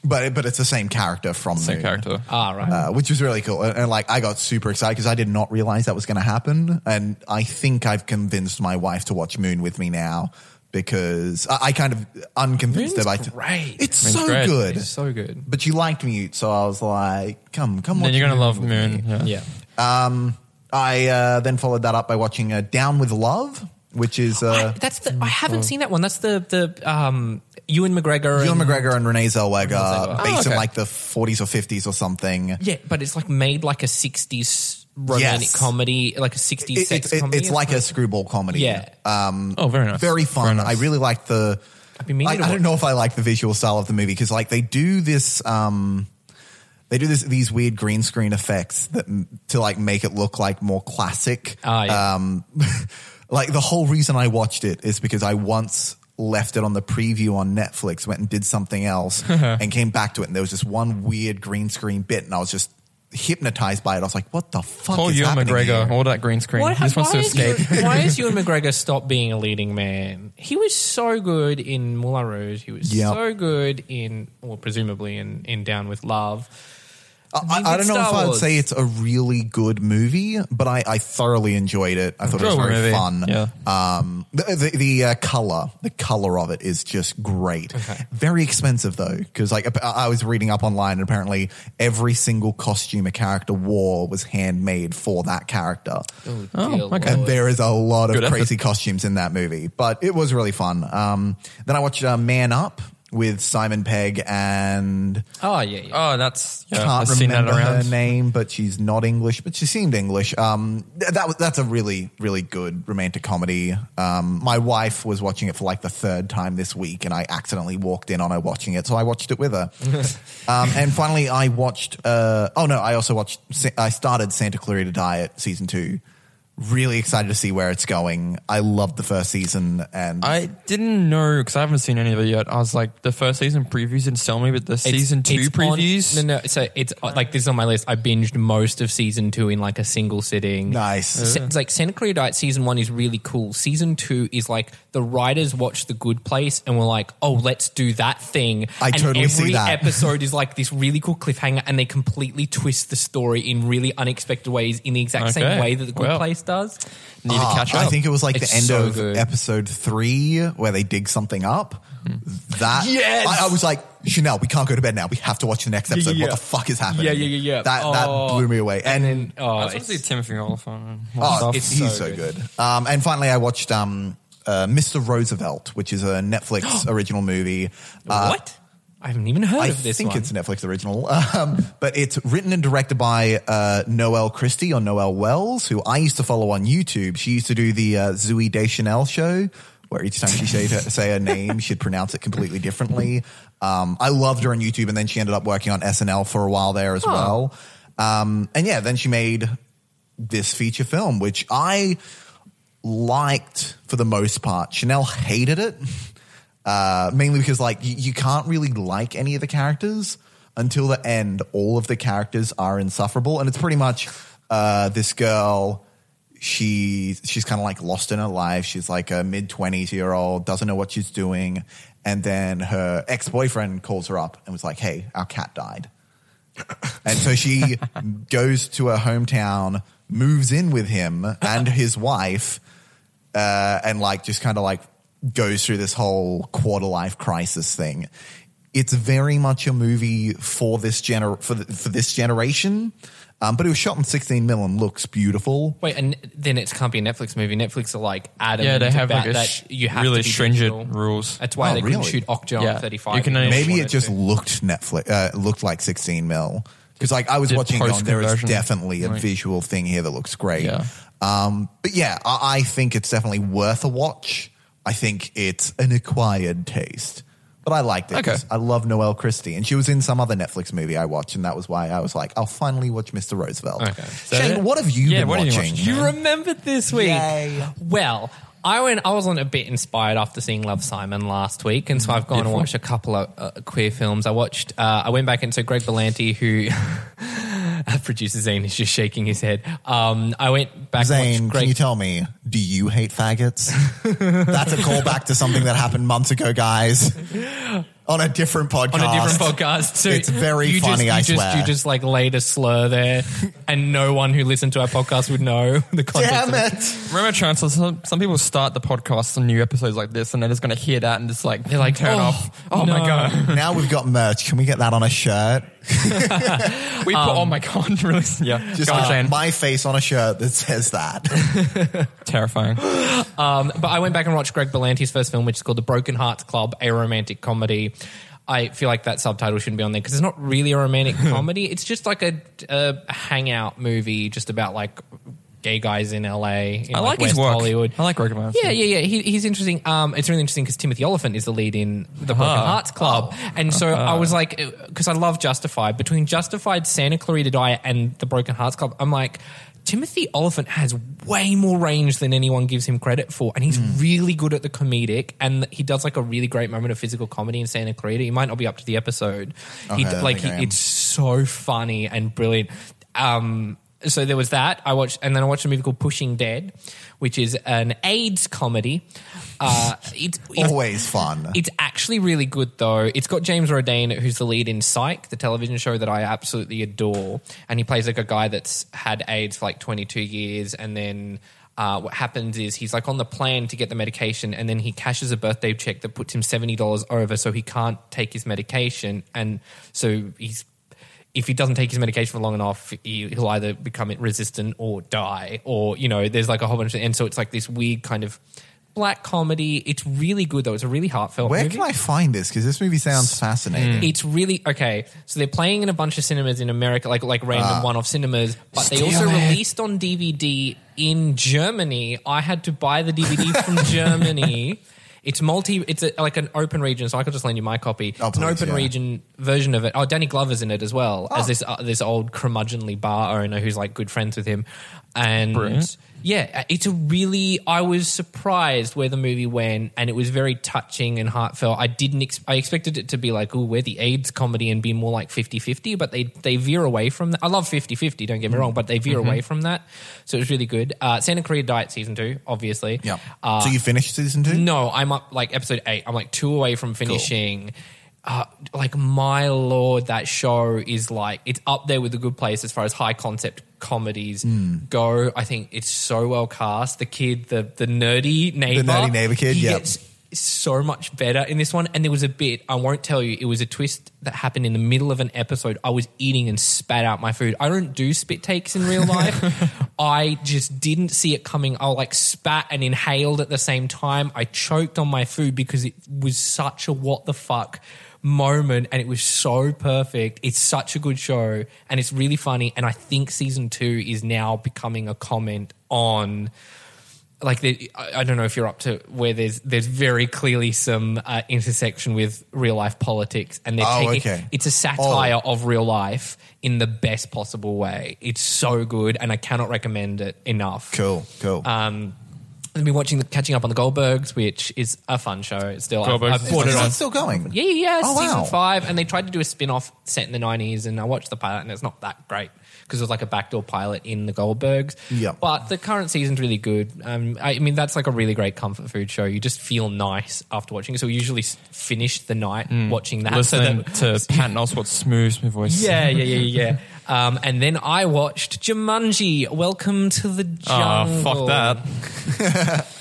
Speaker 5: but but it's the same character from
Speaker 4: Same
Speaker 5: Mute.
Speaker 4: character.
Speaker 3: Ah, right.
Speaker 5: Uh, which was really cool. And, and, like, I got super excited because I did not realize that was going to happen. And I think I've convinced my wife to watch Moon with me now because I, I kind of unconvinced her. by
Speaker 3: great.
Speaker 5: It's
Speaker 4: Moon's
Speaker 5: so
Speaker 4: great.
Speaker 5: good.
Speaker 3: it's so good.
Speaker 5: but she liked Mute, so I was like, come, come watch
Speaker 4: Then you're gonna love
Speaker 5: with
Speaker 4: Moon.
Speaker 5: me.
Speaker 4: Yeah.
Speaker 3: Yeah.
Speaker 5: I uh, then followed that up by watching uh, Down with Love, which is uh,
Speaker 3: I, that's the. I haven't seen that one. That's the the um Ewan McGregor.
Speaker 5: Ewan
Speaker 3: and-
Speaker 5: McGregor and Renee Zellweger,
Speaker 3: Zellweger.
Speaker 5: based
Speaker 4: Oh, okay.
Speaker 5: in like the 40s or 50s or something.
Speaker 3: Yeah, but it's like made like a '60s romantic
Speaker 5: Yes.
Speaker 3: comedy, like a '60s
Speaker 5: It-
Speaker 3: sex
Speaker 5: it- it-
Speaker 3: comedy.
Speaker 5: it's like Uh, a screwball comedy.
Speaker 3: yeah.
Speaker 4: Oh, very nice.
Speaker 5: very fun. I really like the.
Speaker 3: I've been meaning
Speaker 5: I,
Speaker 3: to
Speaker 5: I
Speaker 3: watch-
Speaker 5: don't know if I like the visual style of the movie because like they do this. um they do this these weird green screen effects that to like make it look like more classic.
Speaker 3: Ah, yeah.
Speaker 5: Um, [LAUGHS] like the whole reason I watched it is because I once left it on the preview on Netflix, went and did something
Speaker 4: [LAUGHS]
Speaker 5: else,
Speaker 4: Uh-huh.
Speaker 5: and came back to it, and there was this one weird green screen bit, and I was just hypnotized by it. I was like, "What the fuck
Speaker 4: Paul
Speaker 5: is
Speaker 4: Ewan
Speaker 5: happening?"
Speaker 4: McGregor,
Speaker 5: here?
Speaker 4: all that green screen.
Speaker 3: Why,
Speaker 4: he just wants
Speaker 3: why
Speaker 4: to escape.
Speaker 3: Is Ewan, why has Ewan McGregor stopped being a leading man? He was so good in Moulin Rouge. He was
Speaker 5: Yep.
Speaker 3: so good in, or presumably in, in Down with Love.
Speaker 5: I,
Speaker 3: He's
Speaker 5: I
Speaker 3: in
Speaker 5: don't know
Speaker 3: Star
Speaker 5: if I would
Speaker 3: Wars.
Speaker 5: say it's a really good movie, but I, I thoroughly enjoyed it. I thought it was
Speaker 4: Enjoyable
Speaker 5: very
Speaker 4: movie.
Speaker 5: fun.
Speaker 4: Yeah.
Speaker 5: Um, the the, the uh, color, the color of it is just great. Very expensive though, because like I I was reading up online, and apparently every single costume a character wore was handmade for that character.
Speaker 3: Oh,
Speaker 4: Oh,
Speaker 3: dear
Speaker 4: okay.
Speaker 5: And
Speaker 3: Lord.
Speaker 5: there is a lot of
Speaker 4: Good effort.
Speaker 5: crazy costumes in that movie, but it was really fun. Um, then I watched uh, Man Up with Simon Pegg and
Speaker 3: Oh, yeah, yeah.
Speaker 4: Oh, that's yeah,
Speaker 5: can't
Speaker 4: I've seen that
Speaker 5: remember her
Speaker 4: around.
Speaker 5: name, but she's not English, but she seemed English. Um, th- that was- that's a really really good romantic comedy. Um, my wife was watching it for like the third time this week, and I accidentally walked in on her watching it, so I watched it with
Speaker 4: [LAUGHS]
Speaker 5: her. um, and finally, I watched. Uh, oh no, I also watched. Sa- I started Santa Clarita Diet season two. Really excited to see where it's going. I loved the first season, and
Speaker 4: I didn't know because I haven't seen any of it yet. I was like, the first season previews didn't sell me, but the
Speaker 3: It's-
Speaker 4: season two
Speaker 3: it's on-
Speaker 4: previews.
Speaker 3: no, no. So it's uh, like this is on my list. I binged most of season two in like a single sitting.
Speaker 5: Nice.
Speaker 4: Uh,
Speaker 3: S- It's like Santa Clarita Diet season one is really cool. Season two is like the writers watched The Good Place and were like, oh, let's do that thing.
Speaker 5: I
Speaker 3: and
Speaker 5: totally
Speaker 3: every
Speaker 5: see that. [LAUGHS]
Speaker 3: episode is like this really cool cliffhanger and they completely twist the story in really unexpected ways in the exact
Speaker 4: Okay.
Speaker 3: same way that The Good
Speaker 4: Well.
Speaker 3: Place does.
Speaker 4: Need to
Speaker 5: Ah,
Speaker 4: catch
Speaker 5: I
Speaker 4: up.
Speaker 5: think it was like
Speaker 3: It's
Speaker 5: the end
Speaker 3: so
Speaker 5: of
Speaker 3: good.
Speaker 5: episode three where they dig something up. That
Speaker 3: Yes!
Speaker 5: I, I was like, Chanel, we can't go to bed now. We have to watch the next episode.
Speaker 3: yeah.
Speaker 5: What the fuck is happening?
Speaker 3: Yeah, yeah, yeah, yeah.
Speaker 5: That
Speaker 3: Oh.
Speaker 5: that blew me away. And,
Speaker 3: And oh,
Speaker 4: I just want
Speaker 3: it's-
Speaker 4: to see Timothy Oliphant.
Speaker 5: oh,
Speaker 4: Stuff.
Speaker 5: it's, he's so, good. Um, and finally, I watched um, uh, Mr. Roosevelt, which is a
Speaker 3: [GASPS]
Speaker 5: Netflix original movie. Uh,
Speaker 3: what? I haven't even heard
Speaker 5: I
Speaker 3: of this
Speaker 5: think
Speaker 3: one.
Speaker 5: it's a Netflix original, [LAUGHS] um, but it's written and directed by uh, Noelle Christie or Noelle Wells, who I used to follow on YouTube. She used to do the uh, Zooey Deschanel show, where each time she say, say her name, she'd pronounce it completely differently. Um, I loved her on YouTube, and then she ended up working on SNL for a while there as well. Um, and yeah, then she made this feature film, which I liked for the most part. Chanel hated it. Uh, mainly because like you, you can't really like any of the characters until the end. All of the characters are insufferable, and it's pretty much uh, this girl. She she's kind of like lost in her life. She's like a mid twenties year old, doesn't know what she's doing, and then her ex boyfriend calls her up and was like, "Hey, our cat died." [COUGHS] And so she goes to her hometown, moves in with him and his wife, uh, and like just kind of like goes through this whole quarter life crisis thing. It's very much a movie for this gener for, th- for this generation, um, but it was shot in 16 mil and looks beautiful.
Speaker 3: Wait, and then it can't be a Netflix movie. Netflix are like adamant
Speaker 4: Yeah, they have
Speaker 3: about
Speaker 4: like a
Speaker 3: that
Speaker 4: sh-
Speaker 3: you have
Speaker 4: really
Speaker 3: to be
Speaker 4: stringent
Speaker 3: digital.
Speaker 4: rules.
Speaker 3: That's why
Speaker 5: Oh,
Speaker 3: they couldn't
Speaker 5: really?
Speaker 3: shoot Octo
Speaker 4: Yeah.
Speaker 3: on thirty five.
Speaker 4: You can only-
Speaker 5: Maybe
Speaker 4: wanted
Speaker 5: it just
Speaker 4: to.
Speaker 5: looked Netflix, uh, it looked like 16 mil. Because like I was
Speaker 4: Did
Speaker 5: watching, it going, there is
Speaker 4: post-conversion,
Speaker 5: definitely a
Speaker 4: like-
Speaker 5: visual thing here that looks great.
Speaker 4: Yeah.
Speaker 5: Um, but yeah, I, I think it's definitely worth a watch. I think it's an acquired taste, but I liked it.
Speaker 4: Okay.
Speaker 5: 'cause I love Noelle Christie, and she was in some other Netflix movie I watched, and that was why I was like, I'll finally watch Mr. Roosevelt.
Speaker 3: Okay.
Speaker 4: So-
Speaker 5: Shane, what have you
Speaker 4: Yeah,
Speaker 5: been
Speaker 4: what have you
Speaker 5: watching?
Speaker 4: watched?
Speaker 3: You remembered this week.
Speaker 5: Yay.
Speaker 3: Well, I went. I was on a bit inspired after seeing Love Simon last week, and so I've gone and watched a [LAUGHS] couple of uh, queer films. I watched. Uh, I went back and so Greg Berlanti, who. producer Zane is just shaking his head. Um, I went back and
Speaker 5: Zane,
Speaker 3: watched Greg.
Speaker 5: can you tell me, do you hate faggots? [LAUGHS] That's a callback to something that happened months ago, guys. On a different podcast.
Speaker 3: on a different podcast. So
Speaker 5: It's very
Speaker 3: you
Speaker 5: funny,
Speaker 3: Just, you
Speaker 5: I
Speaker 3: just,
Speaker 5: swear.
Speaker 3: You just like laid a slur there, and no one who listened to our podcast would know the context.
Speaker 5: Damn
Speaker 3: of
Speaker 5: it.
Speaker 4: Remember, Chancellor, some, some people start the podcast on new episodes like this, and they're just going to hear that and just like, they're like, turn
Speaker 3: Oh,
Speaker 4: off. Oh my
Speaker 3: no.
Speaker 4: God.
Speaker 5: Now we've got merch. Can we get that on a shirt?
Speaker 4: We put,
Speaker 3: um,
Speaker 4: oh my God, [LAUGHS] really? Yeah.
Speaker 5: Just
Speaker 4: Go on,
Speaker 5: uh,
Speaker 4: Shane.
Speaker 5: my face on a shirt that says
Speaker 3: [LAUGHS]
Speaker 5: that.
Speaker 4: Terrifying.
Speaker 3: Um, But I went back and watched Greg Berlanti's first film, which is called The Broken Hearts Club, a romantic comedy. I feel like that subtitle shouldn't be on there because it's not really a
Speaker 4: [LAUGHS]
Speaker 3: romantic comedy. It's just like a, a hangout movie, just about like gay guys in LA. In [GASPS]
Speaker 4: I like his
Speaker 3: West
Speaker 4: work.
Speaker 3: Hollywood.
Speaker 4: I like Greg Berlanti.
Speaker 3: Yeah, yeah, yeah. He, he's interesting. Um, it's really interesting because Timothy Oliphant is the lead in the Broken Hearts Club, and so
Speaker 5: Uh-huh.
Speaker 3: I was like, because I love Justified. Between Justified, Santa Clarita Diet, and the Broken Hearts Club, I'm like. Timothy Oliphant has way more range than anyone gives him credit for, and he's
Speaker 5: Hmm.
Speaker 3: really good at the comedic. And he does like a really great moment of physical comedy in Santa Clarita. He might not be up to the episode. he,
Speaker 5: Okay, I don't
Speaker 3: like
Speaker 5: think I
Speaker 3: he-
Speaker 5: am.
Speaker 3: it's so funny and brilliant. Um, so there was that. I watched, and then I watched a movie called Pushing Dead, which is an AIDS comedy. Uh, it's, it's
Speaker 5: Always fun.
Speaker 3: [LAUGHS] It's actually really good though. It's got James Rodaine, who's the lead in Psych, the television show that I absolutely adore, and he plays like a guy that's had AIDS for like 22 years, and then. Uh, what happens is he's like on the plan to get the medication, and then he cashes a birthday check that puts him seventy dollars over, so he can't take his medication, and so he's if he doesn't take his medication for long enough, he, he'll either become resistant or die, or you know, there's like a whole bunch of. And so it's like this weird kind of black comedy. It's really good though. It's a really heartfelt.
Speaker 5: Where
Speaker 3: movie. Mm. Hmm.
Speaker 5: can I find this? Because this movie sounds fascinating.
Speaker 3: It's really okay. So they're playing in a bunch of cinemas in America, like like random
Speaker 5: Ah.
Speaker 3: one-off cinemas. But they also released on DVD in Germany. I had to buy the
Speaker 5: [LAUGHS]
Speaker 3: DVD from Germany. It's multi. It's a, like an open region, so I could just lend you my copy.
Speaker 5: Oh,
Speaker 3: it's an
Speaker 5: please,
Speaker 3: open
Speaker 5: yeah.
Speaker 3: region version of it. Oh, Danny Glover's in it as well as this uh, this old curmudgeonly bar owner who's like good friends with him, and
Speaker 4: Brilliant.
Speaker 3: yeah, uh, it's a really. I was surprised where the movie went, and it was very touching and heartfelt. I didn't. Ex- I expected it to be like, oh, we're the AIDS comedy and be more like 50-50, but they they veer away from that. I love 50-50, Don't
Speaker 5: Mm.
Speaker 3: get me wrong, but they
Speaker 5: Mm-hmm.
Speaker 3: veer away from that, so it was really good. Uh, Santa Clarita Diet season two, obviously.
Speaker 5: yeah.
Speaker 3: Uh,
Speaker 5: so you finished season two?
Speaker 3: no, I'm up like episode eight. I'm like two away from finishing. Uh, like my lord, that show is like it's up there with the Good Place as far as high concept comedies go. I think it's so well cast. The kid, the the nerdy neighbor,
Speaker 5: nerdy neighbor kid,
Speaker 3: he
Speaker 5: yep.
Speaker 3: gets so much better in this one. And there was a bit I won't tell you. It was a twist that happened in the middle of an episode. I was eating and spat out my food. I don't do spit takes in real
Speaker 5: [LAUGHS]
Speaker 3: life. I just didn't see it coming. I like spat and inhaled at the same time. I choked on my food because it was such a what the fuck moment and it was so perfect. It's such a good show and it's really funny. And I think season two is now becoming a comment on like the, I I don't know if you're up to where there's there's very clearly some uh, intersection with real life politics, and they're
Speaker 5: Oh,
Speaker 3: taking
Speaker 5: okay. Oh.
Speaker 3: it's a satire of real life in the best possible way. It's so good, and I cannot recommend it enough.
Speaker 5: Cool, cool.
Speaker 3: Um, I've been watching the, catching up on the Goldbergs, which is a fun show. Still, I've,
Speaker 4: Goldbergs
Speaker 3: I've
Speaker 4: is
Speaker 3: bought
Speaker 5: Is
Speaker 3: it
Speaker 5: that
Speaker 3: on.
Speaker 5: still going?
Speaker 3: Yeah, yeah, yeah.
Speaker 5: Oh,
Speaker 3: season
Speaker 5: wow.
Speaker 3: five, and they tried to do a spin-off set in the '90s, and I watched the pilot, and it's not that great because it was like a backdoor pilot in the Goldbergs.
Speaker 5: Yeah.
Speaker 3: but the current season's really good. Um, I, I mean, that's like a really great comfort food show. You just feel nice after watching it. So we usually s- finish the night watching that. so
Speaker 4: Mm. Listen
Speaker 3: that-
Speaker 4: to
Speaker 3: [LAUGHS]
Speaker 4: Pat Oswald's smooth, smooth voice.
Speaker 3: yeah, yeah, yeah, yeah. Um, and then I watched Jumanji. Welcome to the
Speaker 4: Oh,
Speaker 3: jungle.
Speaker 4: fuck that.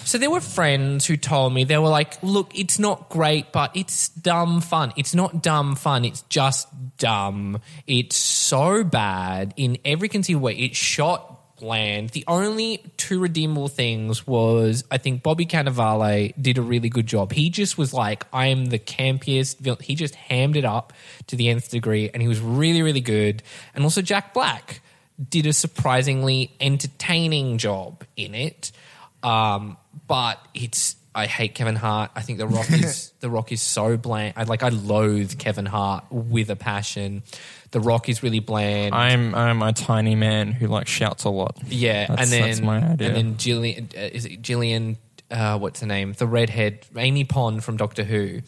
Speaker 3: So there were friends who told me they were like, "Look, it's not great, but it's dumb fun. It's not dumb fun. It's just dumb. It's so bad in every conceivable way. It's shot bland. The only two redeemable things was I think Bobby Cannavale did a really good job. He just was like, "I am the campiest." vil-" He just hammed it up to the nth degree, and he was really, really good. And also Jack Black did a surprisingly entertaining job in it. Um, but it's I hate Kevin Hart. I think
Speaker 5: [LAUGHS]
Speaker 3: the Rock is the Rock is so bland. I like I loathe Kevin Hart with a passion. The Rock is really bland.
Speaker 4: I'm I'm a tiny man who like shouts a lot.
Speaker 3: yeah,
Speaker 4: that's,
Speaker 3: and then
Speaker 4: that's my idea.
Speaker 3: and then Jillian uh, is it Jillian? Uh, what's her name? The redhead Amy Pond from Doctor Who.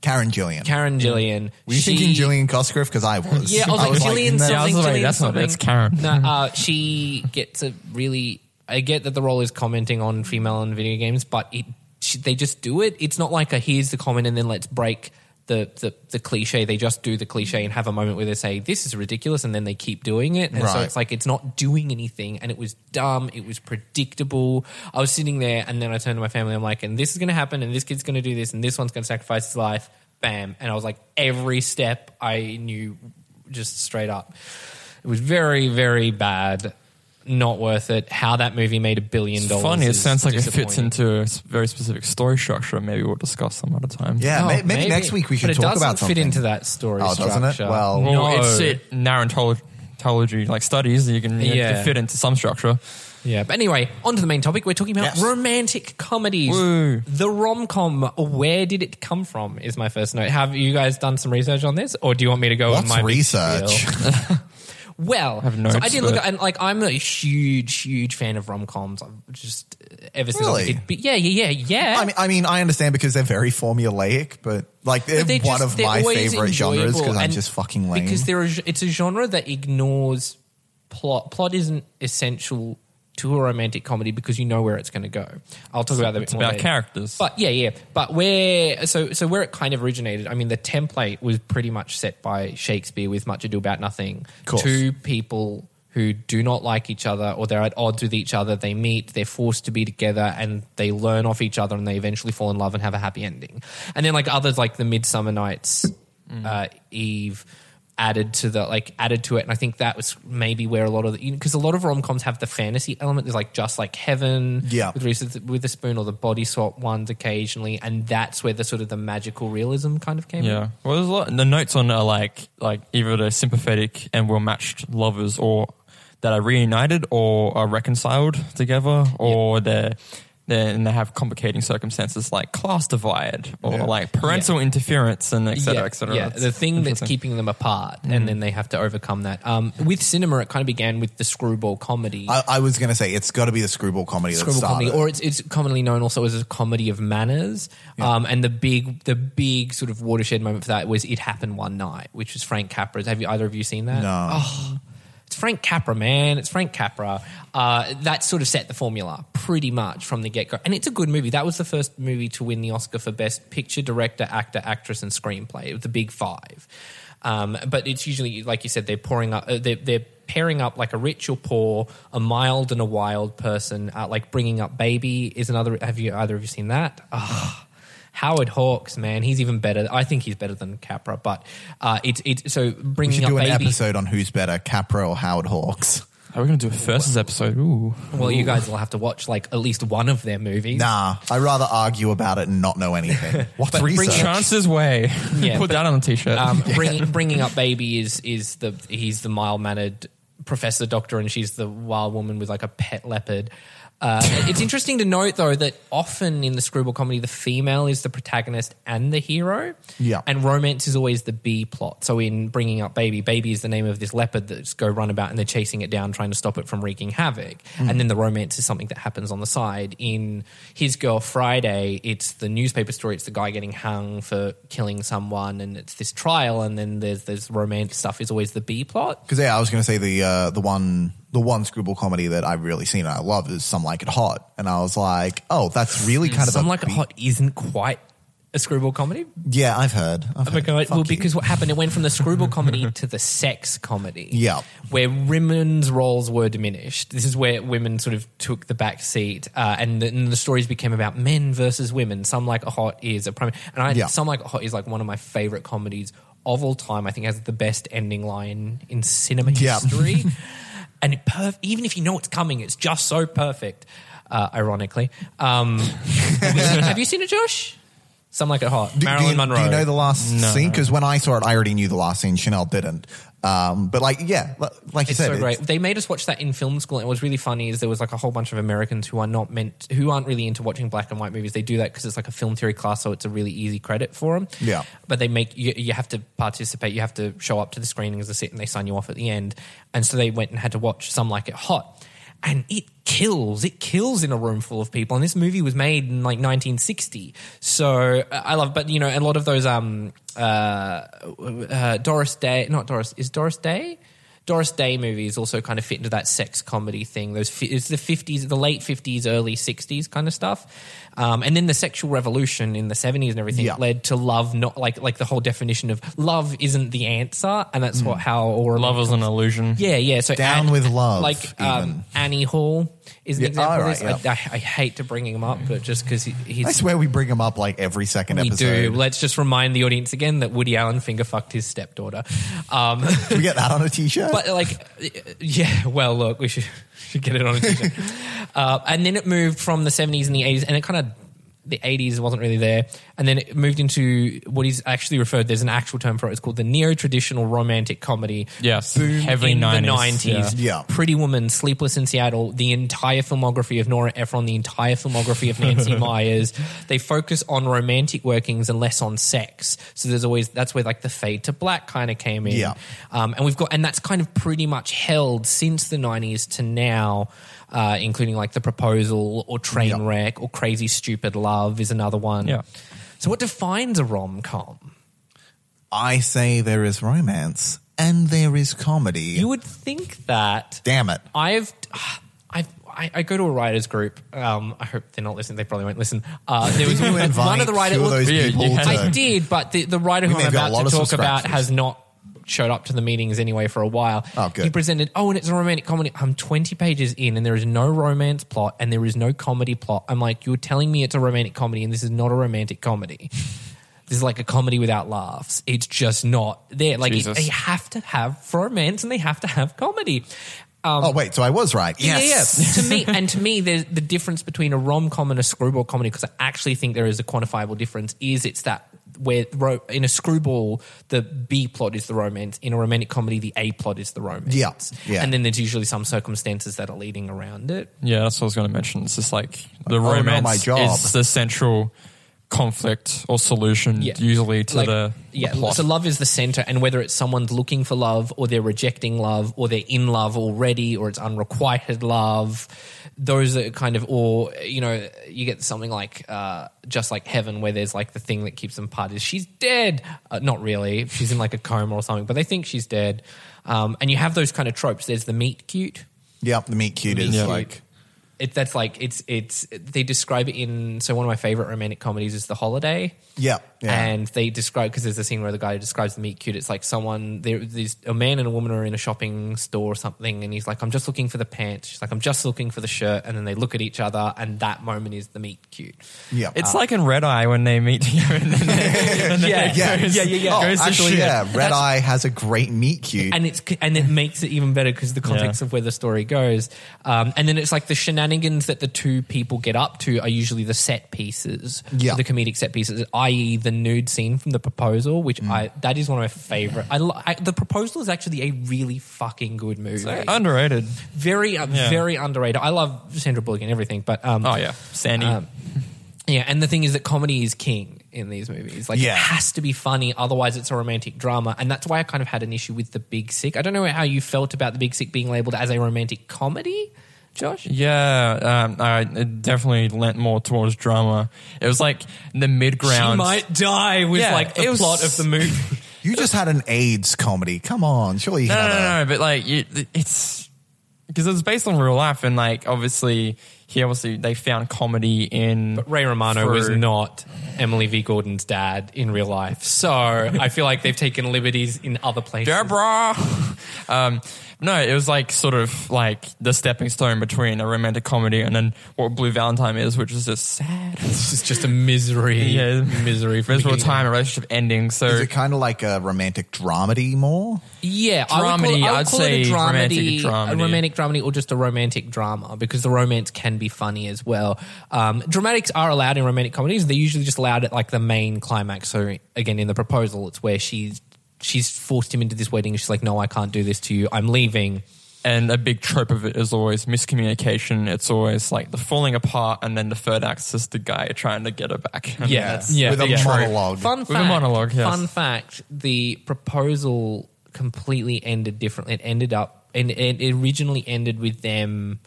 Speaker 5: Karen Gillian.
Speaker 3: Karen Gillian.
Speaker 5: Were you
Speaker 3: she-
Speaker 5: thinking Gillian Cosgrove? Because [LAUGHS] I was.
Speaker 3: Yeah, I was like, Gillian
Speaker 5: no.
Speaker 3: something.
Speaker 4: Yeah, I was like,
Speaker 3: Gillian
Speaker 4: that's not-
Speaker 3: something.
Speaker 4: that's Karen.
Speaker 3: No, uh, she gets a really. I get that the role is commenting on female in video games, but it she, they just do it. It's not like a here's the comment and then let's break the, the the cliche. They just do the cliche and have a moment where they say this is ridiculous, and then they keep doing it. And so
Speaker 5: Right.
Speaker 3: it's like it's not doing anything, and it was dumb. It was predictable. I was sitting there, and then I turned to my family. I'm like, and this is going to happen, and this kid's going to do this, and this one's going to sacrifice his life. Bam! And I was like, every step I knew, just straight up. It was very, very bad. Not worth it. How that movie made a billion
Speaker 4: It's
Speaker 3: dollars.
Speaker 4: funny. It
Speaker 3: is
Speaker 4: sounds like it fits
Speaker 3: disappointing.
Speaker 4: into a s- very specific story structure. Maybe we'll discuss some other time.
Speaker 5: Yeah,
Speaker 3: Oh,
Speaker 5: may- maybe, next week we
Speaker 3: but
Speaker 5: should
Speaker 3: it
Speaker 5: talk
Speaker 3: doesn't
Speaker 5: about something.
Speaker 3: fit into that story
Speaker 5: Oh,
Speaker 3: structure.
Speaker 5: doesn't it? Well-
Speaker 4: Well,
Speaker 3: no.
Speaker 4: it's it, narratology like studies. You can you know,
Speaker 3: Yeah.
Speaker 4: to fit into some structure.
Speaker 3: Yeah, but anyway, on to the main topic. We're talking about
Speaker 5: Yes.
Speaker 3: romantic comedies.
Speaker 4: Woo.
Speaker 3: The rom com. Where did it come from? Is my first note. Have you guys done some research on this, or do you want me to go on
Speaker 5: What's
Speaker 3: my big
Speaker 5: research?
Speaker 3: spiel? Well,
Speaker 4: have
Speaker 3: so I
Speaker 4: notes,
Speaker 3: did look
Speaker 4: but-
Speaker 3: at, and like, I'm a huge, huge fan of rom coms. I've just uh, ever since I was a
Speaker 5: Really?
Speaker 3: kid. But yeah, yeah, yeah,
Speaker 5: [LAUGHS]
Speaker 3: yeah.
Speaker 5: I mean, I mean, I understand because they're very formulaic, but like they're,
Speaker 3: But they're
Speaker 5: one
Speaker 3: just-
Speaker 5: of
Speaker 3: they're
Speaker 5: my
Speaker 3: always
Speaker 5: favorite genres because
Speaker 3: enjoyable
Speaker 5: I'm
Speaker 3: and-
Speaker 5: just fucking lame.
Speaker 3: Because there is, it's a genre that ignores plot. Plot isn't essential to a romantic comedy because you know where it's going to go. I'll talk about that. a bit
Speaker 4: It's
Speaker 3: more
Speaker 4: about
Speaker 3: later.
Speaker 4: characters.
Speaker 3: but yeah, yeah. But where so so where it kind of originated? I mean, the template was pretty much set by Shakespeare with Much Ado About Nothing.
Speaker 5: course.
Speaker 3: Two people who do not like each other or they're at odds with each other. They meet, they're forced to be together, and they learn off each other, and they eventually fall in love and have a happy ending. And then like others, like the Midsummer Nights uh, Eve. Added to the like added to it, and I think that was maybe where a lot of the because a lot of rom coms have the fantasy element. There's like just like heaven,
Speaker 5: Yeah.
Speaker 3: with Reese with a spoon or the body swap ones occasionally, and that's where the sort of the magical realism kind of came.
Speaker 4: Yeah. Well, there's a lot. The notes on are like like either they're sympathetic and well matched lovers, or that are reunited or are reconciled together, or they're. they're- And they have complicating circumstances like class divide or like parental interference and et
Speaker 3: in.
Speaker 4: cetera,
Speaker 3: yeah,
Speaker 4: et cetera.
Speaker 3: yeah.
Speaker 4: It's
Speaker 3: the thing that's
Speaker 4: interesting. Mm.
Speaker 3: keeping them apart, and then they have to overcome that. Um, with cinema, it kind of began with the screwball comedy,
Speaker 5: I, I was going to say it's got to be the screwball comedy
Speaker 3: screwball
Speaker 5: that started.
Speaker 3: comedy, or it's it's commonly known also as a comedy of manners. Um, and the big the big sort of watershed moment for that was "It Happened One Night," which was Frank Capra's. Have you either of you seen that?
Speaker 5: No.
Speaker 3: It's Frank Capra, man. It's Frank Capra. Uh, that sort of set the formula pretty much from the get go. And it's a good movie. That was the first movie to win the Oscar for Best Picture, Director, Actor, Actress, and Screenplay. It was the big five. Um, but it's usually, like you said, they're pouring up, uh, they're, they're pairing up like a rich or poor, a mild and a wild person. Uh, like Bringing Up Baby is another. Have you either of you seen that? Ah. Howard Hawks, man, he's even better. I think he's better than Capra, but uh, it's it's so
Speaker 5: we
Speaker 3: bringing
Speaker 5: should do
Speaker 3: up
Speaker 5: an
Speaker 3: baby.
Speaker 5: episode on who's better, Capra or Howard Hawks.
Speaker 4: Are we going to do a versus episode? Ooh.
Speaker 3: Well, you guys will have to watch like at least one of their movies.
Speaker 5: Nah, I rather argue about it and not know
Speaker 3: [LAUGHS]
Speaker 5: anything. What's research?
Speaker 4: Chances way.
Speaker 3: Yeah,
Speaker 4: [LAUGHS] Put
Speaker 3: but-
Speaker 4: that on a t-shirt.
Speaker 3: Um,
Speaker 4: [LAUGHS]
Speaker 3: bringing, bringing up baby is is the he's the mild mannered professor doctor, and she's the wild woman with like a pet leopard. Uh, it's interesting to note though that often in the screwball comedy, the female is the protagonist and the hero.
Speaker 5: Yeah.
Speaker 3: and romance is always the B plot. So in bringing up baby, baby is the name of this leopard that's go run about, and they're chasing it down, trying to stop it from wreaking havoc. And then the romance is something that happens on the side. In his girl Friday, it's the newspaper story. It's the guy getting hung for killing someone, and it's this trial. And then there's there's romance stuff is always the B plot.
Speaker 5: Because yeah, I was going to say the uh, the one the one screwball comedy that I've really seen and I love is Some Like It Hot, and I was like, oh, that's really kind of
Speaker 3: Hmm, Some
Speaker 5: a
Speaker 3: like it
Speaker 5: beat-
Speaker 3: hot isn't quite a screwball comedy.
Speaker 5: Yeah, I've heard. I've heard.
Speaker 3: Because, well,
Speaker 5: Fuck you.
Speaker 3: because what happened, it went
Speaker 5: [LAUGHS]
Speaker 3: from the screwball comedy to the sex comedy.
Speaker 5: Yeah.
Speaker 3: Where women's roles were diminished. This is where women sort of took the back seat uh, and, the, and the stories became about men versus women. Some Like a Hot is a prime. And I,
Speaker 5: Yeah.
Speaker 3: Some Like a Hot is like one of my favorite comedies of all time. I think it has the best ending line in cinema
Speaker 5: Yeah. [LAUGHS]
Speaker 3: history. and it perf- even if you know it's coming, it's just so perfect, uh, ironically. Um, [LAUGHS] have, you seen, have you seen it, Josh? Some Like It Hot.
Speaker 5: Do- do
Speaker 3: Marilyn
Speaker 5: you,
Speaker 3: Monroe.
Speaker 5: Do you know the last
Speaker 4: No.
Speaker 5: scene? Because when I saw it, I already knew the last scene. Chanel didn't. Um, but like, yeah, li- like you
Speaker 3: It's
Speaker 5: said,
Speaker 3: so great.
Speaker 5: it's-
Speaker 3: They made us watch that in film school, and what's really funny is there was like a whole bunch of Americans who are not meant, who aren't really into watching black and white movies. They do that because it's like a film theory class, so it's a really easy credit for them.
Speaker 5: Yeah.
Speaker 3: But they make you, you have to participate. You have to show up to the screenings and sit, and they sign you off at the end. And so they went and had to watch Some Like It Hot. and it kills. It kills in a room full of people. And this movie was made in like 1960, so uh, I love. But you know, a lot of those um uh, uh Doris Day, not Doris, is Doris Day. Doris Day movies also kind of fit into that sex comedy thing. Those fi- it's the fifties, the late fifties, early sixties kind of stuff, um, and then the sexual revolution in the seventies and everything
Speaker 5: Yeah.
Speaker 3: led to love not like like the whole definition of love isn't the answer, and that's what how or
Speaker 4: Love is an illusion.
Speaker 3: yeah, yeah. So
Speaker 5: Hmm. Down with love,
Speaker 3: like
Speaker 5: even.
Speaker 3: um, Annie Hall is an
Speaker 5: Yeah,
Speaker 3: example of
Speaker 5: alright,
Speaker 3: this.
Speaker 5: yeah.
Speaker 3: I, I, I hate to bring him up, but just because he,
Speaker 5: I
Speaker 3: he's
Speaker 5: swear we bring him up like every second
Speaker 3: we do.
Speaker 5: episode.
Speaker 3: Let's just remind the audience again that Woody Allen finger fucked his stepdaughter. Um, [LAUGHS]
Speaker 5: Can we get that on a t-shirt?
Speaker 3: but uh, like, [LAUGHS] yeah. Well, look, we should [LAUGHS] should get it on
Speaker 5: [LAUGHS]
Speaker 3: a t-shirt. uh, and then it moved from the seventies and the eighties, and it kind of the eighties wasn't really there. And then it moved into what is actually referred. There's an actual term for it. It's called the neo-traditional romantic comedy.
Speaker 4: Yes.
Speaker 3: boom
Speaker 4: Heavily
Speaker 3: in
Speaker 4: 90s.
Speaker 3: the nineties.
Speaker 5: Yeah. Yeah.
Speaker 3: Pretty Woman, Sleepless in Seattle, the entire filmography of Nora Ephron, the entire filmography of
Speaker 5: [LAUGHS]
Speaker 3: Nancy Myers. They focus on romantic workings and less on sex. So there's always that's where like the fade to black kind of came in.
Speaker 5: Yeah.
Speaker 3: Um, and we've got and that's kind of pretty much held since the nineties to now. Uh, including like the proposal or train
Speaker 5: Yeah.
Speaker 3: wreck or crazy stupid love is another one.
Speaker 4: Yeah.
Speaker 3: So what defines a rom com?
Speaker 5: I say there is romance and there is comedy.
Speaker 3: You would think that
Speaker 5: Damn it.
Speaker 3: I've, [SIGHS] I've, I, I go to a writers group. Um, I hope they're not listening. They probably won't listen.
Speaker 5: [LAUGHS]
Speaker 3: Uh, there was
Speaker 5: You
Speaker 3: one,
Speaker 5: invite
Speaker 3: one of the writers.
Speaker 5: two of those
Speaker 4: Yeah, you
Speaker 5: people
Speaker 4: had-
Speaker 5: to-
Speaker 3: I did, but the, the writer who
Speaker 5: may
Speaker 3: I'm
Speaker 5: have got a lot
Speaker 3: about to
Speaker 5: of
Speaker 3: talk about
Speaker 5: subscriptions.
Speaker 3: has not showed up to the meetings anyway for a while.
Speaker 5: Oh, good.
Speaker 3: He presented, oh, and it's a romantic comedy. I'm 20 pages in and there is no romance plot and there is no comedy plot. I'm like, you're telling me it's a romantic comedy and this is not a romantic comedy. This is like a comedy without laughs. It's just not there. Like, it,
Speaker 4: Jesus.
Speaker 3: they have to have romance and they have to have comedy.
Speaker 5: Oh, wait. So I was right.
Speaker 3: Um, Yeah,
Speaker 5: Yes.
Speaker 3: Yeah, yeah. to me, and to me, there's the difference between a rom com and a screwball comedy, because I actually think there is a quantifiable difference. Is it's that where ro- in a screwball the B plot is the romance, in a romantic comedy the A plot is the romance.
Speaker 5: Yeah, yeah.
Speaker 3: And then there's usually some circumstances that are leading around it.
Speaker 4: Yeah, that's what I was going to mention. It's just like oh, the
Speaker 5: no,
Speaker 4: romance
Speaker 5: my job.
Speaker 4: is the central conflict or solution
Speaker 3: Yeah.
Speaker 4: usually to
Speaker 3: Like, uh,
Speaker 4: the, the
Speaker 3: yeah.
Speaker 4: plot.
Speaker 3: So love is the center, and whether it's someone's looking for love, or they're rejecting love, or they're in love already, or it's unrequited love, those are kind of, or you know, you get something like uh, just like heaven, where there's like the thing that keeps them apart is she's dead. Uh, not really. She's in like a coma or something, but they think she's dead. Um, and you have those kind of tropes. There's the meet cute.
Speaker 5: [LAUGHS] Yep. The meat cute is
Speaker 4: Yeah.
Speaker 5: like,
Speaker 3: It, that's like it's it's they describe it in so one of my favorite romantic comedies is The Holiday.
Speaker 5: yeah. yeah.
Speaker 3: And they describe because there's a scene where the guy describes the meet cute. It's like someone, there, there's a man and a woman are in a shopping store or something, and he's like, "I'm just looking for the pants." She's like, "I'm just looking for the shirt," and then they look at each other, and that moment is the meet cute.
Speaker 5: yeah.
Speaker 4: It's like in Red Eye when they meet together. And then they,
Speaker 3: [LAUGHS]
Speaker 4: and then
Speaker 3: Yeah,
Speaker 4: it
Speaker 5: yeah.
Speaker 4: goes-
Speaker 3: yeah, yeah, yeah.
Speaker 5: Oh,
Speaker 4: goes to
Speaker 5: actually,
Speaker 4: Juliet.
Speaker 5: yeah. Red Eye has a great meat cute.
Speaker 3: and it's and it makes it even better because the context
Speaker 4: Yeah.
Speaker 3: of where the story goes. Um, and then it's like the shenanigans that the two people get up to are usually the set pieces,
Speaker 5: Yeah.
Speaker 3: the comedic set pieces, i.e., the nude scene from the proposal, which
Speaker 4: Mm.
Speaker 3: I that is one of my favorite. I, lo- I the proposal is actually a really fucking good movie,
Speaker 4: Underrated.
Speaker 3: very uh,
Speaker 4: Yeah.
Speaker 3: very underrated. I love Sandra Bullock and everything, but um,
Speaker 4: Oh, yeah. Sandy.
Speaker 3: um, yeah, and the thing is that comedy is king in these movies. Like,
Speaker 5: Yeah.
Speaker 3: it has to be funny, otherwise, it's a romantic drama. And that's why I kind of had an issue with The Big Sick. I don't know how you felt about The Big Sick being labeled as a romantic comedy, Josh.
Speaker 4: yeah, um, I, it definitely lent more towards drama. It was like the mid ground.
Speaker 3: die with
Speaker 4: Yeah, it was-
Speaker 3: movie.
Speaker 5: you just had an AIDS comedy. Come on. Surely you
Speaker 4: No,
Speaker 5: had
Speaker 4: no,
Speaker 5: a-
Speaker 4: no, no. But like, you, it's because it was based on real life, and like, obviously, he obviously they found comedy in. But
Speaker 3: Ray Romano was not Emily V. Gordon's dad in real life. So I feel like they've taken liberties in other places.
Speaker 4: Deborah. um, no, it was like sort of like the stepping stone between a romantic comedy and then what Blue Valentine is, which is just sad,
Speaker 3: It's just a misery.
Speaker 4: Yeah.
Speaker 3: Misery. from
Speaker 4: miserable
Speaker 3: beginning to
Speaker 4: time, a relationship ending. So
Speaker 5: Is it kind of like a romantic dramedy more?
Speaker 3: Yeah, I would call it,
Speaker 4: Dramedy,
Speaker 3: I would
Speaker 4: I'd
Speaker 3: call it a
Speaker 4: say romantic
Speaker 3: dramedy, a
Speaker 4: dramedy.
Speaker 3: romantic dramedy, or just a romantic drama because the romance can be funny as well. Um, dramatics are allowed in romantic comedies; they're usually just allowed at like the main climax. So again, in the proposal, it's where she's she's forced him into this wedding. and She's like, "No, I can't do this to you. I'm leaving."
Speaker 4: and a big trope of it is always miscommunication. It's always like the falling apart, and then the third act is the guy trying to get her back. And [LAUGHS]
Speaker 3: Yeah,
Speaker 4: that's-
Speaker 3: yeah,
Speaker 5: With a
Speaker 3: yeah.
Speaker 5: monologue.
Speaker 3: Fun
Speaker 4: With a
Speaker 3: fact,
Speaker 4: monologue, yes.
Speaker 3: Fun fact: the proposal completely ended differently. It ended up, and, and it originally ended with them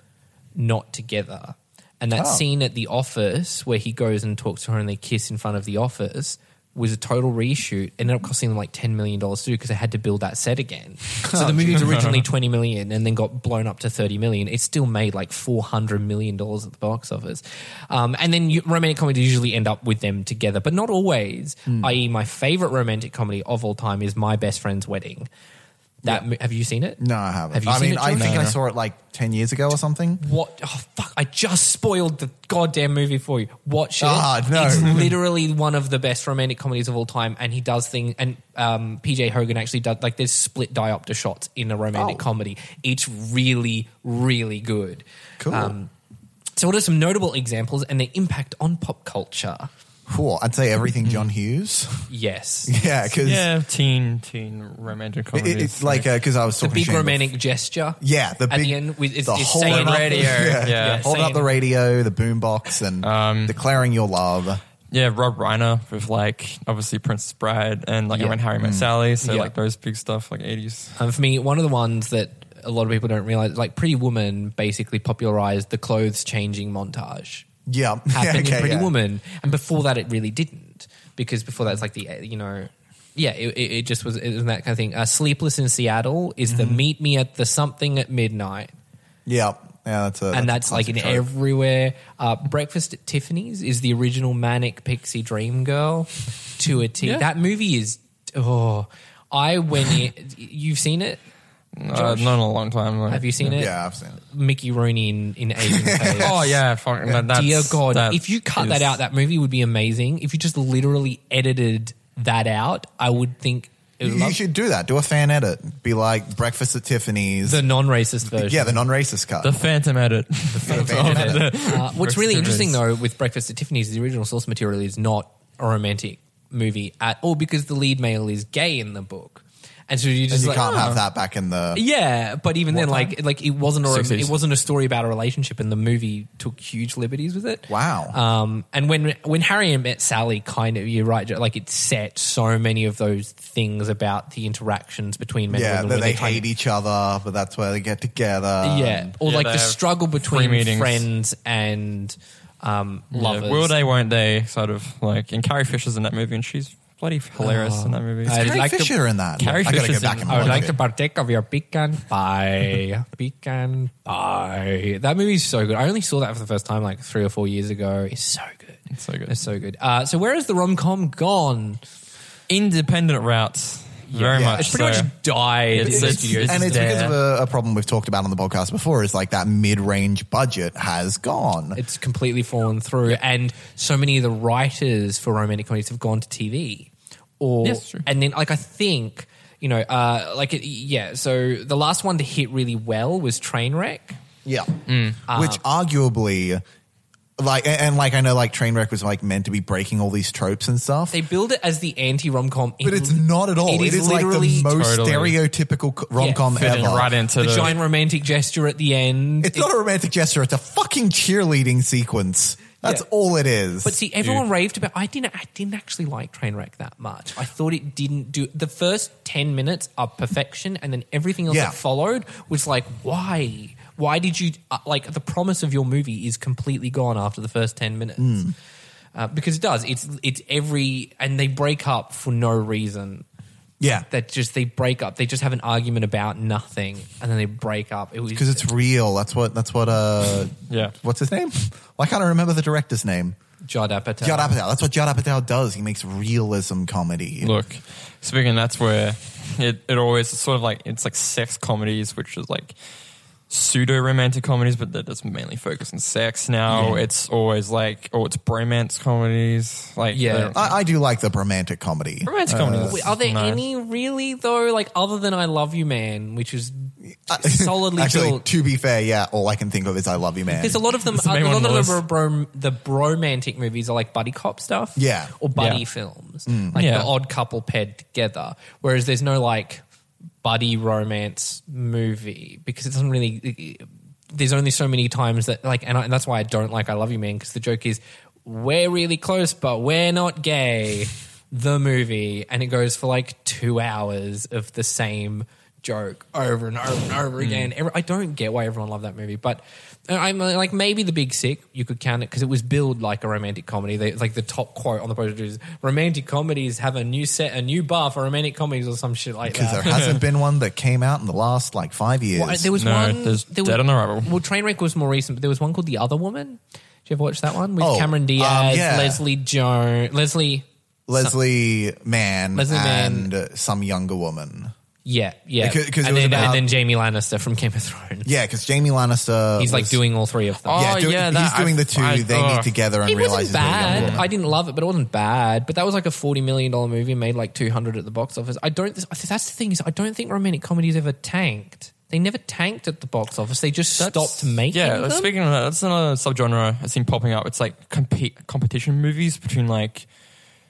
Speaker 3: not together. And that
Speaker 5: Oh.
Speaker 3: scene at the office where he goes and talks to her and they kiss in front of the office was a total reshoot. It ended up costing them like $10 million to do because they had to build that set again. [LAUGHS] So the movie was
Speaker 5: [LAUGHS]
Speaker 3: originally 20 million and then got blown up to 30 million. It still made like $400 million at the box office. Um, and then you, romantic comedies usually end up with them together, but not always.
Speaker 5: Hmm.
Speaker 3: I.e., my favorite romantic comedy of all time is My Best Friend's Wedding. That mo- Have you seen it?
Speaker 5: No, I haven't.
Speaker 3: Have you
Speaker 5: I
Speaker 3: seen
Speaker 5: mean,
Speaker 3: it,
Speaker 5: I
Speaker 3: John?
Speaker 5: think
Speaker 3: No.
Speaker 5: I saw it like 10 years ago or something.
Speaker 3: What? Oh fuck! I just spoiled the goddamn movie for you. Watch it.
Speaker 5: Ah, no.
Speaker 3: It's literally one of the best romantic comedies of all time, and he does things. And um, PJ Hogan actually does like there's split diopter shots in a
Speaker 5: Oh.
Speaker 3: romantic comedy. It's really, really good.
Speaker 5: Cool.
Speaker 3: Um, so what are some notable examples and their impact on pop culture?
Speaker 5: Cool. I'd say everything
Speaker 3: Hmm.
Speaker 5: John Hughes. [LAUGHS]
Speaker 3: Yes,
Speaker 5: yeah, because
Speaker 4: Yeah, teen teen romantic comedy.
Speaker 5: it's like, because I was
Speaker 3: the
Speaker 5: talking
Speaker 3: big
Speaker 5: to Shane
Speaker 3: romantic gesture.
Speaker 5: Yeah, the
Speaker 3: at
Speaker 5: big-
Speaker 3: the end with it's,
Speaker 5: the
Speaker 3: it's
Speaker 5: whole
Speaker 3: saying
Speaker 5: romantic- [LAUGHS]
Speaker 4: radio. Yeah,
Speaker 3: Yeah. Um,
Speaker 5: holding up
Speaker 3: Same.
Speaker 5: the radio, the boombox, and declaring your love.
Speaker 4: yeah, Rob Reiner with like obviously Princess Bride and like
Speaker 3: Yeah. Mm.
Speaker 4: when Harry Met Sally. So
Speaker 3: Yeah.
Speaker 4: like those big stuff, like eighties.
Speaker 3: Um, for me, one of the ones that a lot of people don't realize, like Pretty Woman, basically popularized the clothes changing montage.
Speaker 5: [LAUGHS] Yeah.
Speaker 3: Happened
Speaker 5: Yeah, okay,
Speaker 3: in Pretty
Speaker 5: yeah.
Speaker 3: Woman, and before that, it really didn't because before that, it's like the uh, you know. Yeah, it, it it just was, it was that kind of thing. Uh, Sleepless in Seattle is
Speaker 5: Mm-hmm.
Speaker 3: the meet me at the something at midnight,
Speaker 5: Yeah. Yeah, that's a.
Speaker 3: and
Speaker 5: a
Speaker 3: that's like in
Speaker 5: classic trope.
Speaker 3: everywhere. Uh, Breakfast at Tiffany's is the original manic pixie
Speaker 5: [LAUGHS]
Speaker 3: dream girl to a T.
Speaker 4: Yeah.
Speaker 3: That movie is oh, I went. in- you've seen it?
Speaker 4: Uh, not in a long time. like-
Speaker 3: Have you seen it?
Speaker 5: Yeah, I've seen it.
Speaker 3: Mickey Rooney in, in Asian Face.
Speaker 4: Oh yeah, fuck, that- that's,
Speaker 3: Dear God.
Speaker 4: that
Speaker 3: if you cut
Speaker 4: is-
Speaker 3: that out, that movie would be amazing. If you just literally edited that out, I would think it would
Speaker 5: You
Speaker 3: love
Speaker 5: should do that. Do a fan edit. Be like Breakfast at Tiffany's.
Speaker 3: the non racist version.
Speaker 5: yeah, the non-racist cut.
Speaker 4: the Phantom [LAUGHS] edit.
Speaker 3: Uh, what's really
Speaker 4: Breakfast
Speaker 3: interesting
Speaker 4: Tiffany's.
Speaker 3: though with Breakfast at Tiffany's, the original source material is not a romantic movie at all because the lead male is gay in the book. And so you just
Speaker 5: you
Speaker 3: like,
Speaker 5: can't
Speaker 3: oh.
Speaker 5: have that back in the.
Speaker 3: Yeah, but even then, like, like it wasn't a
Speaker 4: Sixties.
Speaker 3: it wasn't a story about a relationship, and the movie took huge liberties with it.
Speaker 5: Wow.
Speaker 3: Um, and when when Harry and met Sally, kind of, you're right, Joe, like it set so many of those things about the interactions between men
Speaker 5: Yeah,
Speaker 3: and women.
Speaker 5: that
Speaker 3: where
Speaker 5: they
Speaker 3: kind
Speaker 5: hate
Speaker 3: of-
Speaker 5: each other, but that's where they get together.
Speaker 3: yeah, or
Speaker 4: Yeah,
Speaker 3: like
Speaker 4: they
Speaker 3: the
Speaker 4: have
Speaker 3: struggle
Speaker 4: free
Speaker 3: between
Speaker 4: meetings.
Speaker 3: friends and um, lovers.
Speaker 4: Yeah, will they, won't they? Sort of like, and Carrie Fisher's in that movie, and she's bloody hilarious in that movie.
Speaker 3: Oh. I-
Speaker 5: Carrie
Speaker 3: I'd like to-
Speaker 5: Fisher in that.
Speaker 4: Carrie
Speaker 5: I gotta
Speaker 4: Fisher's
Speaker 5: go back
Speaker 4: in-
Speaker 5: and
Speaker 3: I
Speaker 5: watch
Speaker 3: would like
Speaker 5: it.
Speaker 3: to partake of your pecan [LAUGHS] pie. pecan pie. That movie's so good. I only saw that for the first time like three or four years ago. It's so good. It's
Speaker 4: so good.
Speaker 3: It's so good. Uh, so where is the rom com gone?
Speaker 4: Independent routes, very
Speaker 5: Yeah.
Speaker 4: much.
Speaker 3: It's pretty
Speaker 4: so.
Speaker 3: much died.
Speaker 4: It's-
Speaker 3: in the
Speaker 4: it's-
Speaker 3: studios.
Speaker 5: and
Speaker 4: is
Speaker 5: it's because of a, a problem we've talked about on the podcast before. Is like that mid-range budget has gone.
Speaker 3: it's completely fallen through, and so many of the writers for romantic comedies have gone to TV, or
Speaker 4: Yes, true.
Speaker 3: and then like I think you know, uh, like it, yeah. So the last one to hit really well was Trainwreck.
Speaker 5: Yeah. Which arguably like and, and like I know like Trainwreck was like meant to be breaking all these tropes and stuff.
Speaker 3: They build it as the anti rom com,
Speaker 5: but it's not at all. It is, like the most
Speaker 4: Totally.
Speaker 5: stereotypical rom com
Speaker 3: Yeah,
Speaker 4: fitting
Speaker 5: ever.
Speaker 4: right into
Speaker 3: the
Speaker 4: the.
Speaker 3: giant romantic gesture at the end.
Speaker 5: It's not a romantic gesture. It's a fucking cheerleading sequence. That's
Speaker 3: Yeah.
Speaker 5: all it is.
Speaker 3: But see, everyone raved about. I didn't. I didn't actually like Trainwreck that much. I thought it didn't do the first ten minutes are perfection, and then everything else
Speaker 5: Yeah.
Speaker 3: that followed was like, why? Why did you uh, like the promise of your movie is completely gone after the first ten minutes?
Speaker 5: Hmm.
Speaker 3: Uh, because it does. It's it's every and they break up for no reason.
Speaker 5: yeah,
Speaker 3: That just they break up. They just have an argument about nothing, and then they break up. It was
Speaker 5: because it's real. That's what. That's what. Uh,
Speaker 4: Yeah.
Speaker 5: What's his name? Why can't I remember the director's name?
Speaker 3: Judd Apatow.
Speaker 5: Judd Apatow. That's what Judd Apatow does. He makes realism comedy.
Speaker 4: Look, speaking, that's where it, it always it's sort of like it's like sex comedies, which is like pseudo romantic comedies, but that does mainly focus on sex. Now it's always like oh, it's bromance comedies, like
Speaker 3: Yeah.
Speaker 4: they're-
Speaker 5: I, I do like the romantic comedy.
Speaker 4: romantic
Speaker 3: Uh,
Speaker 4: comedies.
Speaker 3: Wait, are there
Speaker 4: nice.
Speaker 3: any really though? Like other than "I Love You, Man," which is
Speaker 5: [LAUGHS]
Speaker 3: solidly
Speaker 5: Actually,
Speaker 3: built.
Speaker 5: to be fair, yeah, all I can think of is "I love you, man."
Speaker 3: There's a lot of them.
Speaker 4: the
Speaker 3: A
Speaker 4: main
Speaker 3: lot
Speaker 4: one
Speaker 3: of
Speaker 4: was-
Speaker 3: the, bro, the bromantic movies are like buddy cop stuff,
Speaker 5: Yeah.
Speaker 3: or buddy
Speaker 4: Yeah. Mm.
Speaker 3: films, like
Speaker 4: Yeah.
Speaker 3: the odd couple paired together. Whereas there's no like buddy romance movie because it doesn't really. There's only so many times that like, and, I, and that's why I don't like "I Love You, Man" because the joke is we're really close, but we're not gay. The movie, and it goes for like two hours of the same joke over and over and
Speaker 4: Mm.
Speaker 3: over again. Every- I don't get why everyone loved that movie, but uh, I'm uh, like maybe The Big Sick you could count it because it was billed like a romantic comedy. They, like the top quote on the poster is "Romantic comedies have a new set, a new bar for romantic comedies" or some shit like
Speaker 5: Because
Speaker 3: that.
Speaker 5: there
Speaker 3: [LAUGHS]
Speaker 5: hasn't been one that came out in the last like five years.
Speaker 3: Well, there was
Speaker 4: No,
Speaker 3: one.
Speaker 4: there's
Speaker 3: there
Speaker 4: Dead
Speaker 3: was,
Speaker 4: on Arrival.
Speaker 3: Well, Trainwreck was more recent, but there was one called The Other Woman. Did you ever watch that one with
Speaker 5: Oh,
Speaker 3: Cameron
Speaker 5: um,
Speaker 3: Diaz,
Speaker 5: yeah.
Speaker 3: Leslie Jones, Leslie?
Speaker 5: Leslie Mann
Speaker 3: Leslie Mann.
Speaker 5: and uh, some younger woman.
Speaker 3: Yeah, yeah.
Speaker 5: Because- 'cause it
Speaker 3: and,
Speaker 5: was
Speaker 3: then,
Speaker 5: about-
Speaker 3: and then Jamie Lannister from Game of Thrones.
Speaker 5: Yeah, because Jamie Lannister.
Speaker 3: he's like
Speaker 5: was-
Speaker 3: doing all three of them.
Speaker 4: Oh,
Speaker 5: Yeah, doing-
Speaker 4: yeah,
Speaker 5: he's
Speaker 4: that-
Speaker 5: doing
Speaker 4: I-
Speaker 5: the two
Speaker 4: I-
Speaker 5: they
Speaker 4: oh.
Speaker 5: meet together and
Speaker 3: it
Speaker 5: realizes
Speaker 3: wasn't
Speaker 5: they're a young
Speaker 3: bad.
Speaker 5: woman.
Speaker 3: I didn't love it, but it wasn't bad. But that was like a forty million dollar movie, made like two hundred at the box office. I don't. That's the thing is, I don't think romantic comedies ever tanked. They never tanked at the box office. They just stopped making
Speaker 4: Yeah,
Speaker 3: them.
Speaker 4: speaking of that, that's another subgenre I've seen popping up. It's like compete competition movies between like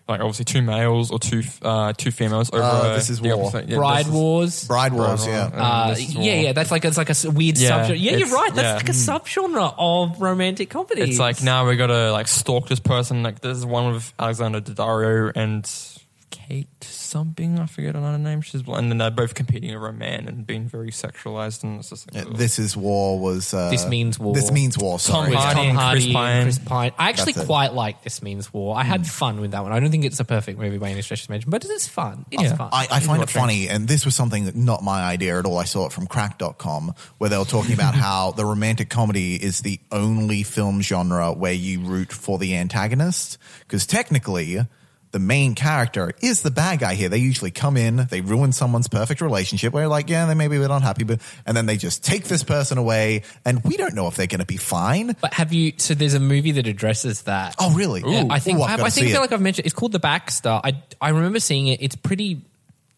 Speaker 4: like obviously two males or two uh, two females over.
Speaker 5: Uh,
Speaker 4: a-
Speaker 5: this is
Speaker 4: the
Speaker 5: war.
Speaker 4: opposite- yeah,
Speaker 3: Bride
Speaker 4: this is-
Speaker 3: Wars,
Speaker 5: Bride Wars, yeah.
Speaker 3: Uh,
Speaker 4: this is
Speaker 3: yeah,
Speaker 4: all-
Speaker 3: yeah, that's like it's like a s- weird
Speaker 4: Yeah,
Speaker 3: subgenre. Yeah, you're
Speaker 4: it's-
Speaker 3: right. That's
Speaker 4: yeah.
Speaker 3: like a subgenre of romantic comedy.
Speaker 4: It's like now we gotta like stalk this person. Like there's one with Alexander Daddario and Kate something. I forget another name. She's and then they're both competing over a man and being very sexualized and it's just like ugh.
Speaker 5: Uh, This is war was. Uh,
Speaker 3: This Means War.
Speaker 5: This means war. Sorry.
Speaker 3: With
Speaker 4: Hardy
Speaker 3: Tom
Speaker 4: and
Speaker 3: Hardy
Speaker 4: Chris
Speaker 3: and
Speaker 4: Pine.
Speaker 3: Chris Pine. I actually
Speaker 5: That's it.
Speaker 3: quite like This Means War. I had fun with that one. I don't think it's a perfect movie by any stretch of the imagination, but it is fun. It's fun.
Speaker 5: I, I find it funny, and this was something that not my idea at all. I saw it from crack.com where they were talking
Speaker 4: [LAUGHS]
Speaker 5: about how the romantic comedy is the only film genre where you root for the antagonist. Because technically, the main character is the bad guy here. They usually come in, they ruin someone's perfect relationship where, like, yeah, they may be a bit unhappy, but, and then they just take this person away, and we don't know if they're going to be fine.
Speaker 3: but have you? So there's a movie that addresses that.
Speaker 5: Oh, really?
Speaker 3: Yeah, I think
Speaker 5: Ooh, I've
Speaker 3: I,
Speaker 5: gotta
Speaker 3: I think
Speaker 5: see
Speaker 3: I
Speaker 5: it.
Speaker 3: feel like I've mentioned. It's called The Baxter. I I remember seeing it. It's pretty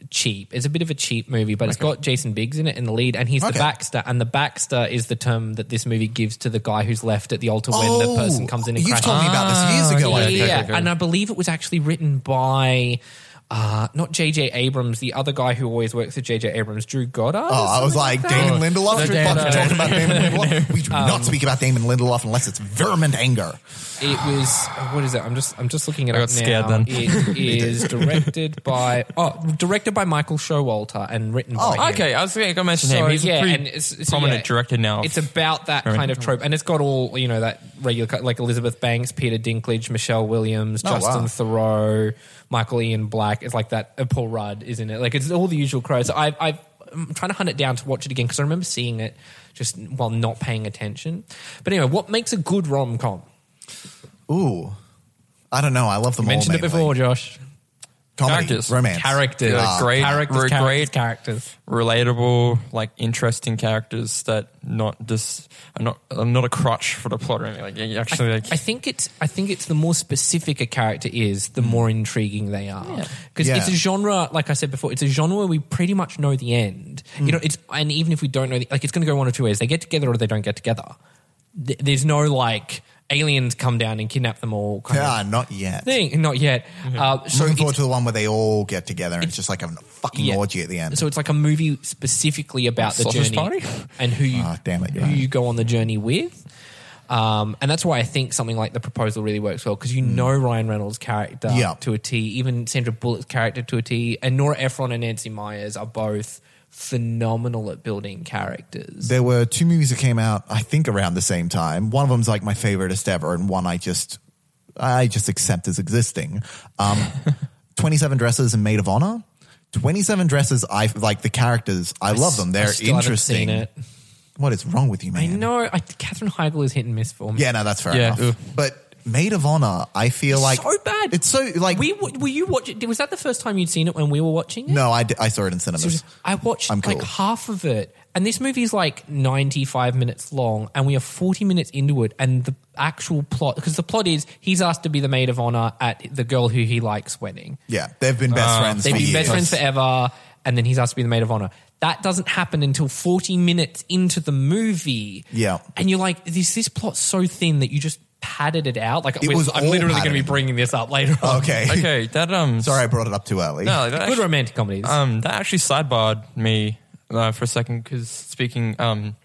Speaker 3: cheap. It's a bit of a cheap movie, but it's got Jason Biggs in it in the lead, and he's the
Speaker 5: Okay.
Speaker 3: Baxter. And the Baxter is the term that this movie gives to the guy who's left at the altar when the person comes in and
Speaker 5: Oh, you've
Speaker 3: crashes. Ah,
Speaker 5: told me about this years ago. I
Speaker 3: yeah,
Speaker 5: think.
Speaker 3: yeah,
Speaker 4: okay, okay.
Speaker 3: and I believe it was actually written by. Uh, not J.J. Abrams, the other guy who always works with J.J. Abrams, Drew Goddard.
Speaker 5: Oh, I was like, Damon Lindelof. You're
Speaker 3: Damon- Um,
Speaker 5: fucking talking about Damon Lindelof.
Speaker 3: [LAUGHS]
Speaker 5: We do not speak about Damon Lindelof unless it's vermin anger.
Speaker 3: It was oh, what is it? I'm just I'm just looking it
Speaker 4: Ah. I
Speaker 3: up
Speaker 4: got
Speaker 3: now.
Speaker 4: scared then. [LAUGHS]
Speaker 3: It is directed by oh directed by Michael Showalter and written by him.
Speaker 4: Oh, okay, I was going to mention
Speaker 3: So,
Speaker 4: him. He's
Speaker 3: yeah,
Speaker 4: a
Speaker 3: and
Speaker 4: pretty
Speaker 3: it's- so,
Speaker 4: prominent
Speaker 3: yeah,
Speaker 4: director now.
Speaker 3: It's about that kind of trope, and it's got all you know that regular cut- like Elizabeth Banks, Peter Dinklage, Michelle Williams,
Speaker 5: Oh,
Speaker 3: Justin
Speaker 5: wow.
Speaker 3: Thoreau, Michael Ian Black. It's like that. Uh, Paul Rudd, isn't it? Like it's all the usual crowds. So I, I, I'm trying to hunt it down to watch it again because I remember seeing it just while not paying attention. But anyway, what makes a good rom com?
Speaker 5: Ooh. I don't know. I love them all.
Speaker 3: Mentioned it
Speaker 5: mainly.
Speaker 3: before, Josh.
Speaker 5: Comedy,
Speaker 4: Characters.
Speaker 5: romance.
Speaker 3: Characters,
Speaker 4: Yeah, great-
Speaker 3: characters,
Speaker 4: great-
Speaker 3: characters, characters.
Speaker 4: relatable, like interesting characters that not just are not are not a crutch for the plot or anything. Like you actually like
Speaker 3: I think it's I think it's the more specific a character is, the more intriguing they are. Because
Speaker 5: Yeah.
Speaker 3: it's a genre, like I said before, it's a genre where we pretty much know the end.
Speaker 5: Mm.
Speaker 3: You know, it's and even if we don't know, the, like it's going to go one of two ways: they get together or they don't get together. Th- There's no like aliens come down and kidnap them all kind
Speaker 5: Yeah,
Speaker 3: of
Speaker 5: not yet.
Speaker 3: thing. Not yet. Uh, so
Speaker 5: Looking
Speaker 3: it's-
Speaker 5: forward to the one where they all get together and it's just like a fucking
Speaker 3: Yeah.
Speaker 5: orgy at the end.
Speaker 3: So it's like a movie specifically about the
Speaker 4: Sausage
Speaker 3: journey
Speaker 4: party?
Speaker 3: and who you
Speaker 5: Ah, damn it, you're
Speaker 3: who
Speaker 5: right.
Speaker 3: you go on the journey with. Um, and that's why I think something like the proposal really works well because you know Ryan Reynolds' character
Speaker 5: Mm. Yeah.
Speaker 3: to a T, even Sandra Bullock's character to a T, and Nora Ephron and Nancy Myers are both phenomenal at building characters.
Speaker 5: there were two movies that came out, I think, around the same time. One of them's like my favoriteest ever, and one I just, I just accept as existing. Um,
Speaker 3: [LAUGHS]
Speaker 5: Twenty Seven Dresses and Maid of Honor. Twenty Seven Dresses. I like the characters. I, love them. They're
Speaker 3: I still haven't
Speaker 5: interesting.
Speaker 3: seen it.
Speaker 5: What is wrong with you, man?
Speaker 3: I know. I, Catherine Heigl is hit and miss for me.
Speaker 5: Yeah, no, that's fair
Speaker 4: Yeah.
Speaker 5: enough.
Speaker 4: Ugh.
Speaker 5: But Maid of Honor, I feel like
Speaker 3: so bad.
Speaker 5: It's so like
Speaker 3: we were you watching? Was that the first time you'd seen it when we were watching it?
Speaker 5: no, I, d- I saw it in cinemas.
Speaker 3: So just- I watched
Speaker 5: I'm
Speaker 3: like
Speaker 5: cool.
Speaker 3: half of it, and this movie is like 95 minutes long, and we are 40 minutes into it, and the actual plot because the plot is he's asked to be the maid of honor at the girl who he likes wedding.
Speaker 5: yeah, they've been best friends.
Speaker 3: Ah. They've
Speaker 5: for
Speaker 3: been
Speaker 5: years.
Speaker 3: best friends forever, and then he's asked to be the maid of honor. That doesn't happen until 40 minutes into the movie.
Speaker 5: Yeah.
Speaker 3: and you're like, this this plot's so thin that you just padded it out. Like
Speaker 5: It was
Speaker 3: I'm
Speaker 5: all
Speaker 3: literally going to be
Speaker 5: padding.
Speaker 3: bringing this up later. on.
Speaker 5: Okay,
Speaker 4: okay
Speaker 3: [LAUGHS]
Speaker 4: that um
Speaker 5: sorry, I brought it up too early.
Speaker 4: no that
Speaker 3: good
Speaker 4: actually,
Speaker 3: romantic comedies.
Speaker 4: um that actually sidebarred me uh, for a second because speaking um.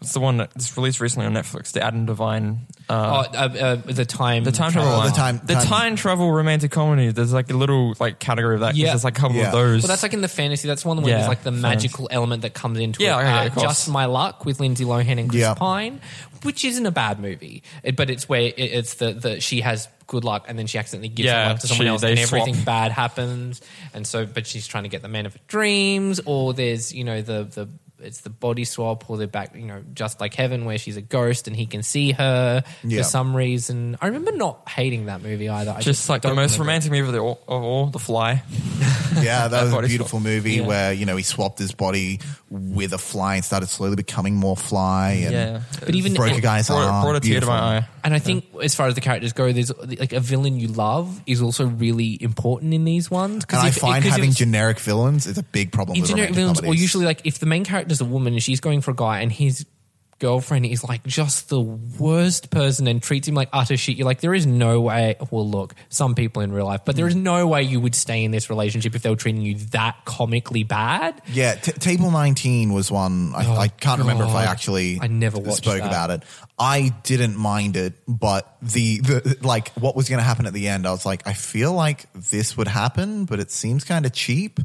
Speaker 4: It's the one that's released recently on Netflix, the Adam Devine.
Speaker 3: Oh,
Speaker 4: Uh,
Speaker 3: uh, uh, the time.
Speaker 4: the time travel
Speaker 5: Oh,
Speaker 4: one.
Speaker 5: the time-
Speaker 4: the
Speaker 5: time-
Speaker 4: time, travel romantic comedy. There's like a little like category of that. 'cause
Speaker 3: Yeah.
Speaker 4: there's like a couple
Speaker 5: Yeah.
Speaker 4: of those.
Speaker 3: Well, that's like in the fantasy. That's one where
Speaker 4: Yeah,
Speaker 3: there's like the
Speaker 4: fair
Speaker 3: magical element that comes into
Speaker 4: Yeah,
Speaker 3: it.
Speaker 4: okay,
Speaker 3: Uh,
Speaker 4: of course.
Speaker 3: Just My Luck with Lindsay Lohan and Chris
Speaker 5: Yeah.
Speaker 3: Pine, which isn't a bad movie, It- but it's where it, it's the, the she has good luck and then she accidentally gives
Speaker 4: Yeah,
Speaker 3: her luck to someone
Speaker 4: she-
Speaker 3: else
Speaker 4: they
Speaker 3: and
Speaker 4: swap.
Speaker 3: everything bad happens. And so, but she's trying to get the man of her dreams, or there's you know the the. It's the body swap, or the back, you know, just like heaven, where she's a ghost and he can see her
Speaker 5: Yeah.
Speaker 3: for some reason. I remember not hating that movie either. I
Speaker 4: just like the
Speaker 3: don't
Speaker 4: most
Speaker 3: remember.
Speaker 4: romantic movie of, the, of all, The Fly. [LAUGHS]
Speaker 5: Yeah, that was a
Speaker 4: body
Speaker 5: beautiful movie
Speaker 3: Yeah.
Speaker 5: where you know he swapped his body with a fly and started slowly becoming more fly. And
Speaker 4: Yeah.
Speaker 3: But even
Speaker 5: broke
Speaker 3: it-
Speaker 5: a guy's
Speaker 4: brought,
Speaker 5: arm.
Speaker 4: brought a tear to
Speaker 5: Beautiful.
Speaker 4: my eye.
Speaker 3: And I think, as far as the characters go, there's like a villain you love is also really important in these ones.
Speaker 5: And I find having
Speaker 3: generic,
Speaker 5: generic villains is a big problem. With
Speaker 3: generic
Speaker 5: romantic
Speaker 3: villains, or
Speaker 5: comedies.
Speaker 3: usually like if the main character's a woman and she's going for a guy and his girlfriend is like just the worst person and treats him like utter shit, you're like, there is no way. Well, look, some people in real life, but
Speaker 5: Hmm.
Speaker 3: there is no way you would stay in this relationship if they were treating you that comically bad.
Speaker 5: Yeah, t- Table 19 was one. I, I can't remember if I
Speaker 3: Oh, God.
Speaker 5: actually
Speaker 3: I never watched
Speaker 5: spoke
Speaker 3: that.
Speaker 5: about it. I didn't mind it, but the, the like what was going to happen at the end, I was like, I feel like this would happen, but it seems kind of cheap.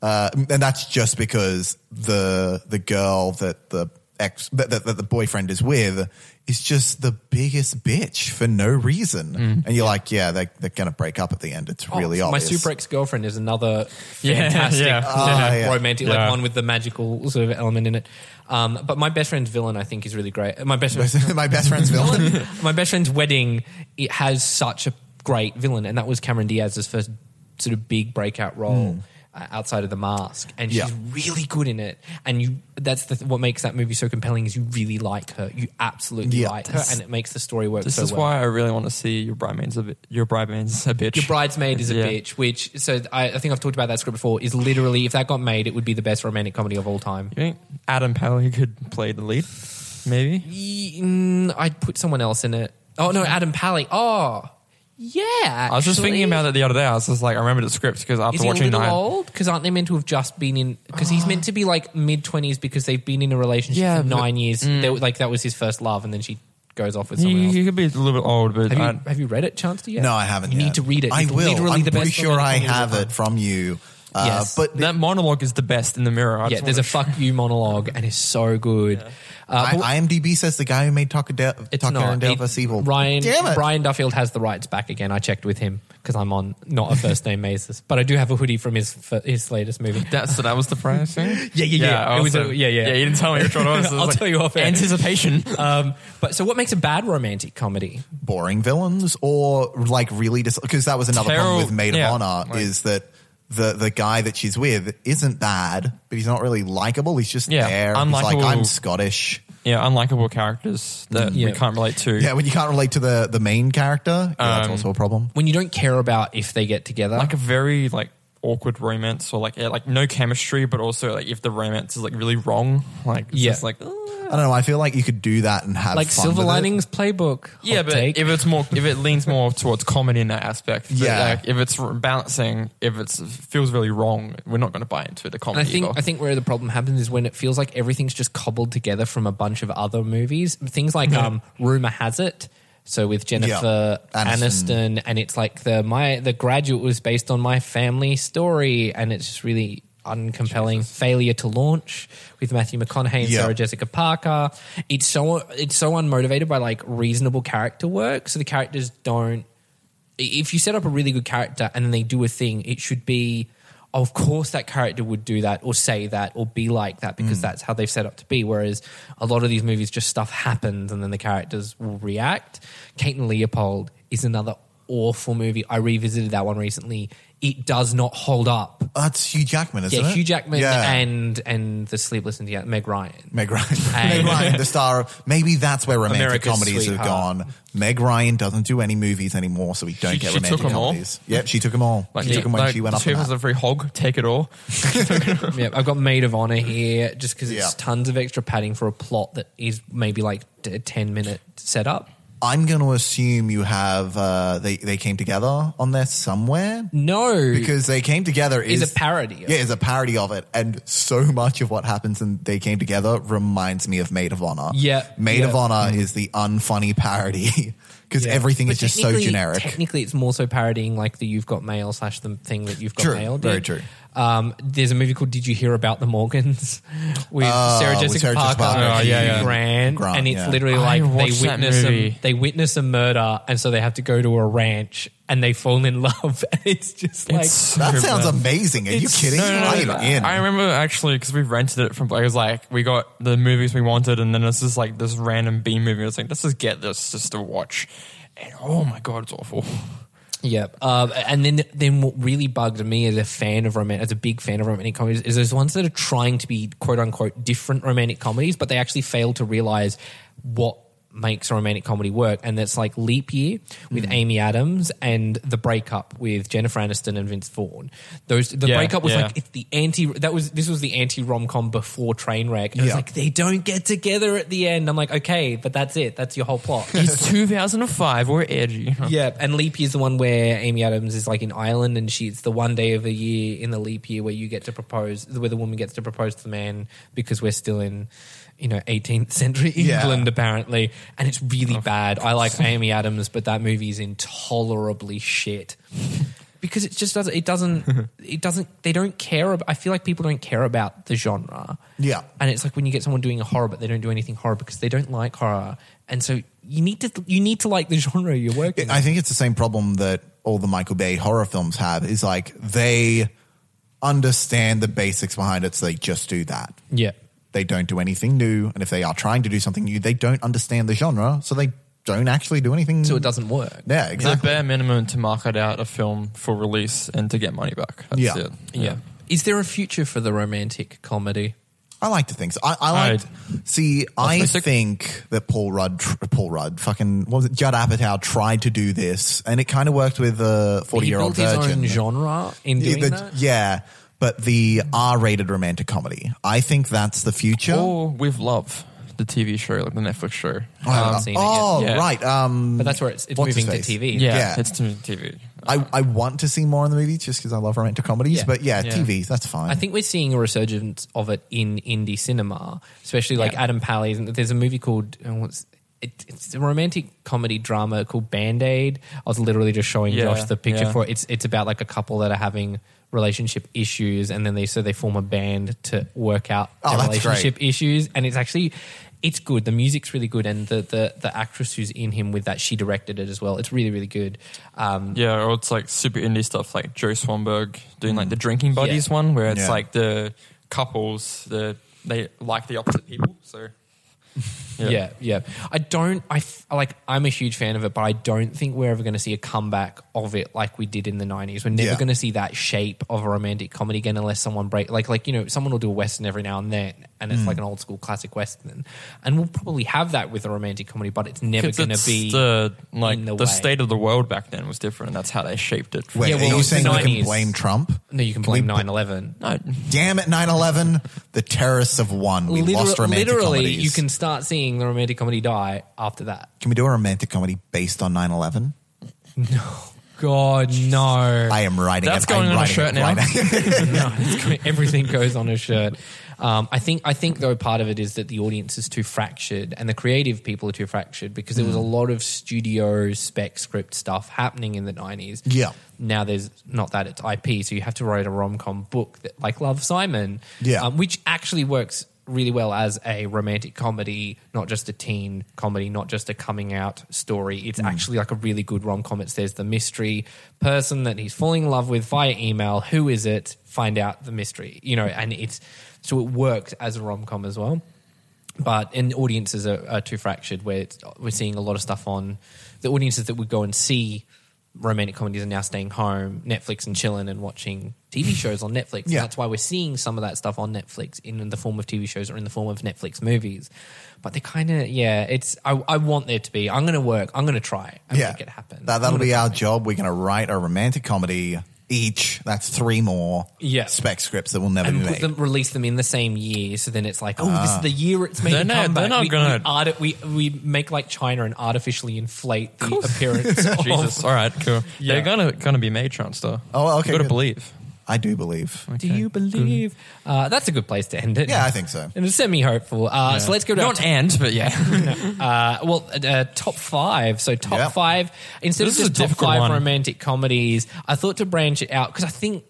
Speaker 5: Uh, and that's just because the the girl that the ex that, that, that the boyfriend is with is just the biggest bitch for no reason. And you're like, yeah, they're, they're going to break up at the end. It's really
Speaker 3: Mm. Oh,
Speaker 5: obvious.
Speaker 3: My super ex girlfriend is another
Speaker 4: Yeah,
Speaker 3: fantastic
Speaker 4: yeah.
Speaker 3: uh,
Speaker 5: Ah, yeah.
Speaker 3: romantic, like
Speaker 4: Yeah.
Speaker 3: one with the magical sort of element in it. Um, but my best friend's villain, I think, is really great. My best
Speaker 5: [LAUGHS]
Speaker 3: friend's,
Speaker 5: my [LAUGHS] best friend's
Speaker 3: [LAUGHS]
Speaker 5: villain.
Speaker 3: my best friend's wedding it has such a great villain, and that was Cameron Diaz's first sort of big breakout role. uh, Outside of the mask, and she's
Speaker 5: Hmm. Yeah.
Speaker 3: really good in it. And you—that's the what makes that movie so compelling. Is you really like her, you absolutely
Speaker 5: Yeah.
Speaker 3: like her, and it makes the story work.
Speaker 4: This
Speaker 3: so
Speaker 4: is
Speaker 3: well.
Speaker 4: why I really want to see your bridesmaids. A bit, your bridesmaids a bitch.
Speaker 3: Your bridesmaid is a
Speaker 4: Yeah.
Speaker 3: bitch, which so I, I think I've talked about that script before. Is literally if that got made, it would be the best romantic comedy of all time.
Speaker 4: You think Adam Pally could play the lead? Maybe.
Speaker 3: Ye- mm, I'd put someone else in it. Oh no, Adam Pally. Oh yeah,
Speaker 4: I was just
Speaker 3: actually.
Speaker 4: thinking about it the other day. I was just like, I remembered the script because after
Speaker 3: Is he a
Speaker 4: watching
Speaker 3: little
Speaker 4: Nine,
Speaker 3: old? Because aren't they meant to have just been in? Because he's meant to be like mid twenties because they've been in a relationship
Speaker 4: Yeah,
Speaker 3: for
Speaker 4: but-
Speaker 3: nine years. They were- like that was his first love, and then she goes off with someone
Speaker 4: he,
Speaker 3: else.
Speaker 4: he could be a little bit old, but
Speaker 3: Have
Speaker 4: I-
Speaker 3: you, have you read it, Chance? Yet?
Speaker 5: No, I haven't.
Speaker 3: You
Speaker 5: yet.
Speaker 3: need to read it.
Speaker 5: I
Speaker 3: It's
Speaker 5: will.
Speaker 3: Literally
Speaker 5: I'm
Speaker 3: the
Speaker 5: pretty
Speaker 3: best
Speaker 5: sure I
Speaker 3: romantic comedy of
Speaker 5: have
Speaker 3: all
Speaker 5: it from you. Uh,
Speaker 3: Yes.
Speaker 5: But
Speaker 4: that monologue is the best in the mirror. I
Speaker 3: Yeah,
Speaker 4: just
Speaker 3: there's a
Speaker 4: wanna-
Speaker 3: fuck you monologue, and it's so good. Uh, but-
Speaker 5: I, IMDb says the guy who made Tucker, De-
Speaker 3: It's
Speaker 5: Tucker
Speaker 3: not.
Speaker 5: and Dale vs.
Speaker 3: It-
Speaker 5: Evil.
Speaker 3: Ryan,
Speaker 5: Damn it.
Speaker 3: Brian Duffield has the rights back again. I checked with him because I'm on not a first name basis, but I do have a hoodie from his for his latest movie.
Speaker 4: That, so that was the prize thing.
Speaker 3: Yeah, yeah, yeah. It was a-
Speaker 4: awesome.
Speaker 3: yeah, yeah.
Speaker 4: Yeah, you didn't tell me which one it was. It
Speaker 3: [LAUGHS]
Speaker 4: was
Speaker 3: I'll
Speaker 4: like
Speaker 3: tell you off air.
Speaker 4: Anticipation.
Speaker 3: [LAUGHS] Um, but so, what makes a bad romantic comedy?
Speaker 5: Boring villains or like really dis- because that was another
Speaker 4: Terrible-
Speaker 5: problem with Maid
Speaker 4: yeah.
Speaker 5: of Honor
Speaker 4: Right.
Speaker 5: is that the the guy that she's with isn't bad, but he's not really likable. He's just
Speaker 4: Yeah,
Speaker 5: there. He's like
Speaker 4: unlikable.
Speaker 5: I'm Scottish.
Speaker 4: yeah, unlikable characters that
Speaker 3: Yeah.
Speaker 4: we can't relate to.
Speaker 5: Yeah, when you can't relate to the the main character, yeah,
Speaker 3: Um,
Speaker 5: that's also a problem.
Speaker 3: When you don't care about if they get together,
Speaker 4: like a very like awkward romance or like yeah, like no chemistry, but also like if the romance is like really wrong, like it's
Speaker 3: Yeah.
Speaker 4: just like. "Ugh."
Speaker 5: I don't know. I feel like you could do that and have
Speaker 3: like
Speaker 5: fun
Speaker 3: Silver
Speaker 5: with it.
Speaker 3: Linings Playbook.
Speaker 4: Yeah,
Speaker 3: Hot
Speaker 4: but
Speaker 3: take.
Speaker 4: if it's more, if it leans more towards comedy in that aspect, but,
Speaker 5: Yeah.
Speaker 4: Like, if it's balancing, if it feels really wrong, we're not going to buy into the
Speaker 3: And
Speaker 4: comedy.
Speaker 3: I think
Speaker 4: either.
Speaker 3: I think where the problem happens is when it feels like everything's just cobbled together from a bunch of other movies. Things like um, rumor has it. So with Jennifer
Speaker 5: Yeah.
Speaker 3: Aniston.
Speaker 5: Aniston.
Speaker 3: and it's like the my the graduate was based on my family story, and it's just really uncompelling. Failure to launch with Matthew McConaughey and
Speaker 5: Yeah.
Speaker 3: Sarah Jessica Parker. It's so it's so unmotivated by like reasonable character work. So the characters don't if you set up a really good character and then they do a thing, it should be, of course, that character would do that or say that or be like that
Speaker 5: Mm.
Speaker 3: because that's how they've set up to be. Whereas a lot of these movies, just stuff happens and then the characters will react. Kate and Leopold is another awful movie. I revisited that one recently. It does not hold up.
Speaker 5: That's Hugh Jackman, isn't
Speaker 3: yeah,
Speaker 5: it?
Speaker 3: Hugh Jackman
Speaker 5: Yeah.
Speaker 3: and and the sleepless Indiana Meg Ryan.
Speaker 5: Meg Ryan.
Speaker 3: Hey.
Speaker 5: [LAUGHS] Meg Ryan, the star of maybe that's where romantic
Speaker 3: America's
Speaker 5: comedies have
Speaker 3: sweetheart.
Speaker 5: gone. Meg Ryan doesn't do any movies anymore, so we don't
Speaker 4: She-
Speaker 5: get
Speaker 4: she
Speaker 5: romantic
Speaker 4: took 'em all?
Speaker 5: comedies. Yep, she took them all. she took them when she went
Speaker 4: the
Speaker 5: up.
Speaker 4: two
Speaker 5: in
Speaker 4: of us
Speaker 5: that.
Speaker 4: are very hog. Take it all.
Speaker 3: [LAUGHS] yeah, I've got Maid of Honor here just because it's
Speaker 5: Yeah.
Speaker 3: tons of extra padding for a plot that is maybe like a ten minute setup.
Speaker 5: I'm going to assume you have uh, they they came together on there somewhere
Speaker 3: No,
Speaker 5: because they came together is,
Speaker 3: Is a parody of
Speaker 5: yeah, is a parody of it, and so much of what happens in They Came Together reminds me of Maid of Honor.
Speaker 3: Yeah,
Speaker 5: Maid
Speaker 3: yeah.
Speaker 5: of Honor is the unfunny parody [LAUGHS] because everything is
Speaker 3: But
Speaker 5: just so
Speaker 3: technically-
Speaker 5: generic.
Speaker 3: Technically, it's more so parodying like the "You've Got Mail" slash the thing that You've Got
Speaker 5: True,
Speaker 3: Mail. Did.
Speaker 5: very true.
Speaker 3: Um, there's a movie called "Did You Hear About the Morgans" [LAUGHS] with Sarah
Speaker 5: Oh, with Sarah
Speaker 3: Jessica
Speaker 5: Jessica
Speaker 3: Parker,
Speaker 5: Parker.
Speaker 3: and
Speaker 4: Oh, yeah,
Speaker 3: Hugh
Speaker 4: yeah.
Speaker 3: Grant,
Speaker 5: Grant,
Speaker 3: and it's
Speaker 5: yeah.
Speaker 3: literally
Speaker 4: I
Speaker 3: like they
Speaker 4: watched that
Speaker 3: witness a,
Speaker 4: movie.
Speaker 3: they witness a murder, and so they have to go to a ranch and they fall in [LAUGHS] love. And it's just like
Speaker 4: It's
Speaker 5: That
Speaker 4: so
Speaker 5: sounds
Speaker 4: bad.
Speaker 5: amazing. Are you
Speaker 4: It's-
Speaker 5: kidding?
Speaker 4: no, no, no,
Speaker 5: I am
Speaker 4: no.
Speaker 5: in.
Speaker 4: I remember actually because we rented it from. It was like we got the movies we wanted, and then it's just like this random B movie. I was like, let's just get this just to watch. And oh my god, it's awful.
Speaker 3: Yep. Uh, and then, then what really bugged me as a fan of romantic, as a big fan of romantic comedies, is those ones that are trying to be quote unquote different romantic comedies, but they actually fail to realize what makes a romantic comedy work. And that's like Leap Year with
Speaker 4: Hmm.
Speaker 3: Amy Adams and The Breakup with Jennifer Aniston and Vince Vaughn. Those The
Speaker 4: Yeah,
Speaker 3: Breakup was
Speaker 4: yeah.
Speaker 3: like it's the anti that was this was the anti rom com before Trainwreck. And It was
Speaker 5: Yeah.
Speaker 3: like they don't get together at the end. I'm like, okay, but that's it. That's your whole
Speaker 4: [LAUGHS]
Speaker 3: plot.
Speaker 4: It's 2005. We're edgy.
Speaker 5: Uh-huh.
Speaker 3: Yeah, and leap year is the one where Amy Adams is like in Ireland, and she's the one day of a year in the leap year where you get to propose, where the woman gets to propose to the man because we're still in, you know, 18th century
Speaker 5: Yeah. Oh,
Speaker 3: England apparently, and it's really bad. I like Amy Adams, but that movie is intolerably shit because it just doesn't.
Speaker 5: [LAUGHS]
Speaker 3: It doesn't. it doesn't. They don't care. About, I feel like people don't care about the genre.
Speaker 5: Yeah.
Speaker 3: and it's like when you get someone doing a horror, but they don't do anything horror because they don't like horror, and so. You need to you need to like the [LAUGHS] genre you're working.
Speaker 5: I think it's the same problem that all the Michael Bay horror films have is like they understand the basics behind it, so they just do that.
Speaker 3: Yeah.
Speaker 5: They don't do anything new, and if they are trying to do something new, they don't understand the genre, so they don't actually do anything.
Speaker 3: So it doesn't work.
Speaker 5: Yeah,
Speaker 4: It's a
Speaker 5: exactly.
Speaker 4: bare minimum to market out a film for release and to get money back. That's
Speaker 5: Yeah.
Speaker 4: it.
Speaker 3: Yeah. Is there a future for the romantic comedy?
Speaker 5: I like to think so. I, I like. See, I
Speaker 4: Optimistic.
Speaker 5: think that Paul Rudd, tr- Paul Rudd, fucking what was it? Judd Apatow tried to do this, and it kind of worked with the forty-year-old
Speaker 3: he built
Speaker 5: virgin.
Speaker 3: his own genre in
Speaker 5: Yeah,
Speaker 3: doing
Speaker 5: the-
Speaker 3: that.
Speaker 5: yeah, but the R-rated romantic comedy. I think that's the future.
Speaker 3: Oh,
Speaker 4: Or with love, the TV show, like the Netflix show.
Speaker 5: I
Speaker 3: haven't
Speaker 5: don't know.
Speaker 3: seen it
Speaker 5: oh,
Speaker 4: yet. Yeah.
Speaker 5: right. Um,
Speaker 3: But that's where it's, it's
Speaker 5: What's his
Speaker 3: moving to
Speaker 5: face?
Speaker 3: TV.
Speaker 4: Yeah,
Speaker 5: Yeah.
Speaker 4: it's to TV.
Speaker 5: I, I want to see more in the movies just because I love romantic comedies.
Speaker 3: Yeah.
Speaker 5: But yeah,
Speaker 4: Yeah.
Speaker 5: TV, that's fine.
Speaker 3: I think we're seeing a resurgence of it in indie cinema, especially like Adam Pally's. And there's a movie called uh, what's it, it's a romantic comedy drama called Band Aid. I was literally just showing
Speaker 4: Yeah,
Speaker 3: Josh the picture
Speaker 4: yeah.
Speaker 3: for it. It's it's about like a couple that are having relationship issues, and then they so they form a band to work out
Speaker 5: Oh,
Speaker 3: their
Speaker 5: that's great.
Speaker 3: relationship issues, and it's actually. It's good. The music's really good, and the, the the actress who's in him with that, she directed it as well. It's really really good. Um,
Speaker 4: Yeah, or it's like super indie stuff like Joe Swanberg doing like the Drinking Buddies
Speaker 3: Yeah.
Speaker 4: one where it's
Speaker 5: Mm. Yeah.
Speaker 4: like the couples, the they like the opposite people. So
Speaker 3: Yeah, yeah. I don't. I f- like. I'm a huge fan of it, but I don't think we're ever going to see a comeback of it like we did in the '90s. We're never
Speaker 5: Yeah.
Speaker 3: going to see that shape of a romantic comedy again, unless someone break like like you know someone will do a western every now and then, and
Speaker 5: Mm.
Speaker 3: it's like an old school classic western, and we'll probably have that with a romantic comedy, but it's never
Speaker 4: 'Cause
Speaker 3: going to
Speaker 4: it's
Speaker 3: be
Speaker 4: the like
Speaker 3: in the
Speaker 4: the,
Speaker 3: way.
Speaker 4: state of the world back then was different, and that's how they shaped it.
Speaker 5: Wait,
Speaker 3: Yeah, well,
Speaker 5: are
Speaker 3: it
Speaker 5: you
Speaker 3: was the
Speaker 5: saying we can
Speaker 3: 90s.
Speaker 5: blame Trump?
Speaker 3: No, you can
Speaker 5: we
Speaker 3: blame
Speaker 5: bl-
Speaker 3: 9/11.
Speaker 4: No,
Speaker 5: Damn it, 9 11. [LAUGHS] The terrorists have won. We
Speaker 3: Liter-
Speaker 5: lost romantic
Speaker 3: literally,
Speaker 5: comedies.
Speaker 3: you can start seeing the romantic comedy die after that.
Speaker 5: Can we do a romantic comedy based on 9 11?
Speaker 3: God no!
Speaker 5: I am writing
Speaker 4: That's
Speaker 5: it.
Speaker 4: going
Speaker 5: I'm
Speaker 4: on a
Speaker 5: writing
Speaker 4: shirt
Speaker 5: it
Speaker 4: now.
Speaker 5: right
Speaker 3: [LAUGHS] no, it's great. everything goes on a shirt. Um, I think I think though part of it is that the audience is too fractured and the creative people are too fractured because there was a
Speaker 5: Mm.
Speaker 3: lot of studio spec script stuff happening in the nineties.
Speaker 5: Yeah.
Speaker 3: Now there's not that it's IP, so you have to write a rom com book that, like Love Simon.
Speaker 5: Yeah.
Speaker 3: Um, which actually works really well as a romantic comedy, not just a teen comedy, not just a coming out story. It's actually like a really good rom com. It's there's the mystery person that he's falling in love with via email. Who is it? Find out the mystery, you know, and it's so it works as a rom com as well. But and audiences are, are too fractured where it's, we're seeing a lot of stuff on the audiences that would go and see romantic comedies are now staying home, Netflix and chilling and watching TV
Speaker 5: [LAUGHS]
Speaker 3: shows on Netflix.
Speaker 5: Yeah.
Speaker 3: That's why why we're seeing some of that stuff on Netflix in the form of TV shows or in the form of Netflix movies. But they kind of, yeah, it's, I, I want there to be, I'm going to work, I'm going to try and
Speaker 5: yeah.
Speaker 3: make it happen.
Speaker 5: That, that'll be our job. We're going to write a romantic comedy each. That's three more
Speaker 3: Yeah.
Speaker 5: spec scripts that will never
Speaker 3: and
Speaker 5: be
Speaker 3: put
Speaker 5: made.
Speaker 3: them, release them in the same year. So then it's like, oh, this is the year it's made.
Speaker 4: Ah. They're
Speaker 3: a
Speaker 4: not-
Speaker 3: comeback.
Speaker 4: they're not
Speaker 3: we,
Speaker 4: gonna-
Speaker 3: we, arti- we we make like China and artificially inflate the
Speaker 4: [LAUGHS]
Speaker 3: appearance. of,
Speaker 4: [LAUGHS]
Speaker 5: [LAUGHS]
Speaker 4: Jesus. All right, cool.
Speaker 3: Yeah.
Speaker 4: They're gonna gonna be made, Trumpster.
Speaker 5: Oh, okay,
Speaker 4: You gotta
Speaker 5: good.
Speaker 4: believe.
Speaker 5: I do believe.
Speaker 3: Do you believe?
Speaker 4: Mm-hmm.
Speaker 3: Uh, that's a good place to end it.
Speaker 5: Yeah, I think so.
Speaker 3: And it's semi hopeful. Uh, So let's go to our
Speaker 4: Not and,
Speaker 5: [LAUGHS]
Speaker 4: but yeah.
Speaker 3: Uh, well, uh, top five. So top
Speaker 5: Yeah.
Speaker 3: five. Instead
Speaker 4: This
Speaker 3: of
Speaker 4: is
Speaker 3: just
Speaker 4: a
Speaker 3: top
Speaker 4: difficult
Speaker 3: five
Speaker 4: one.
Speaker 3: romantic comedies, I thought to branch it out because I think.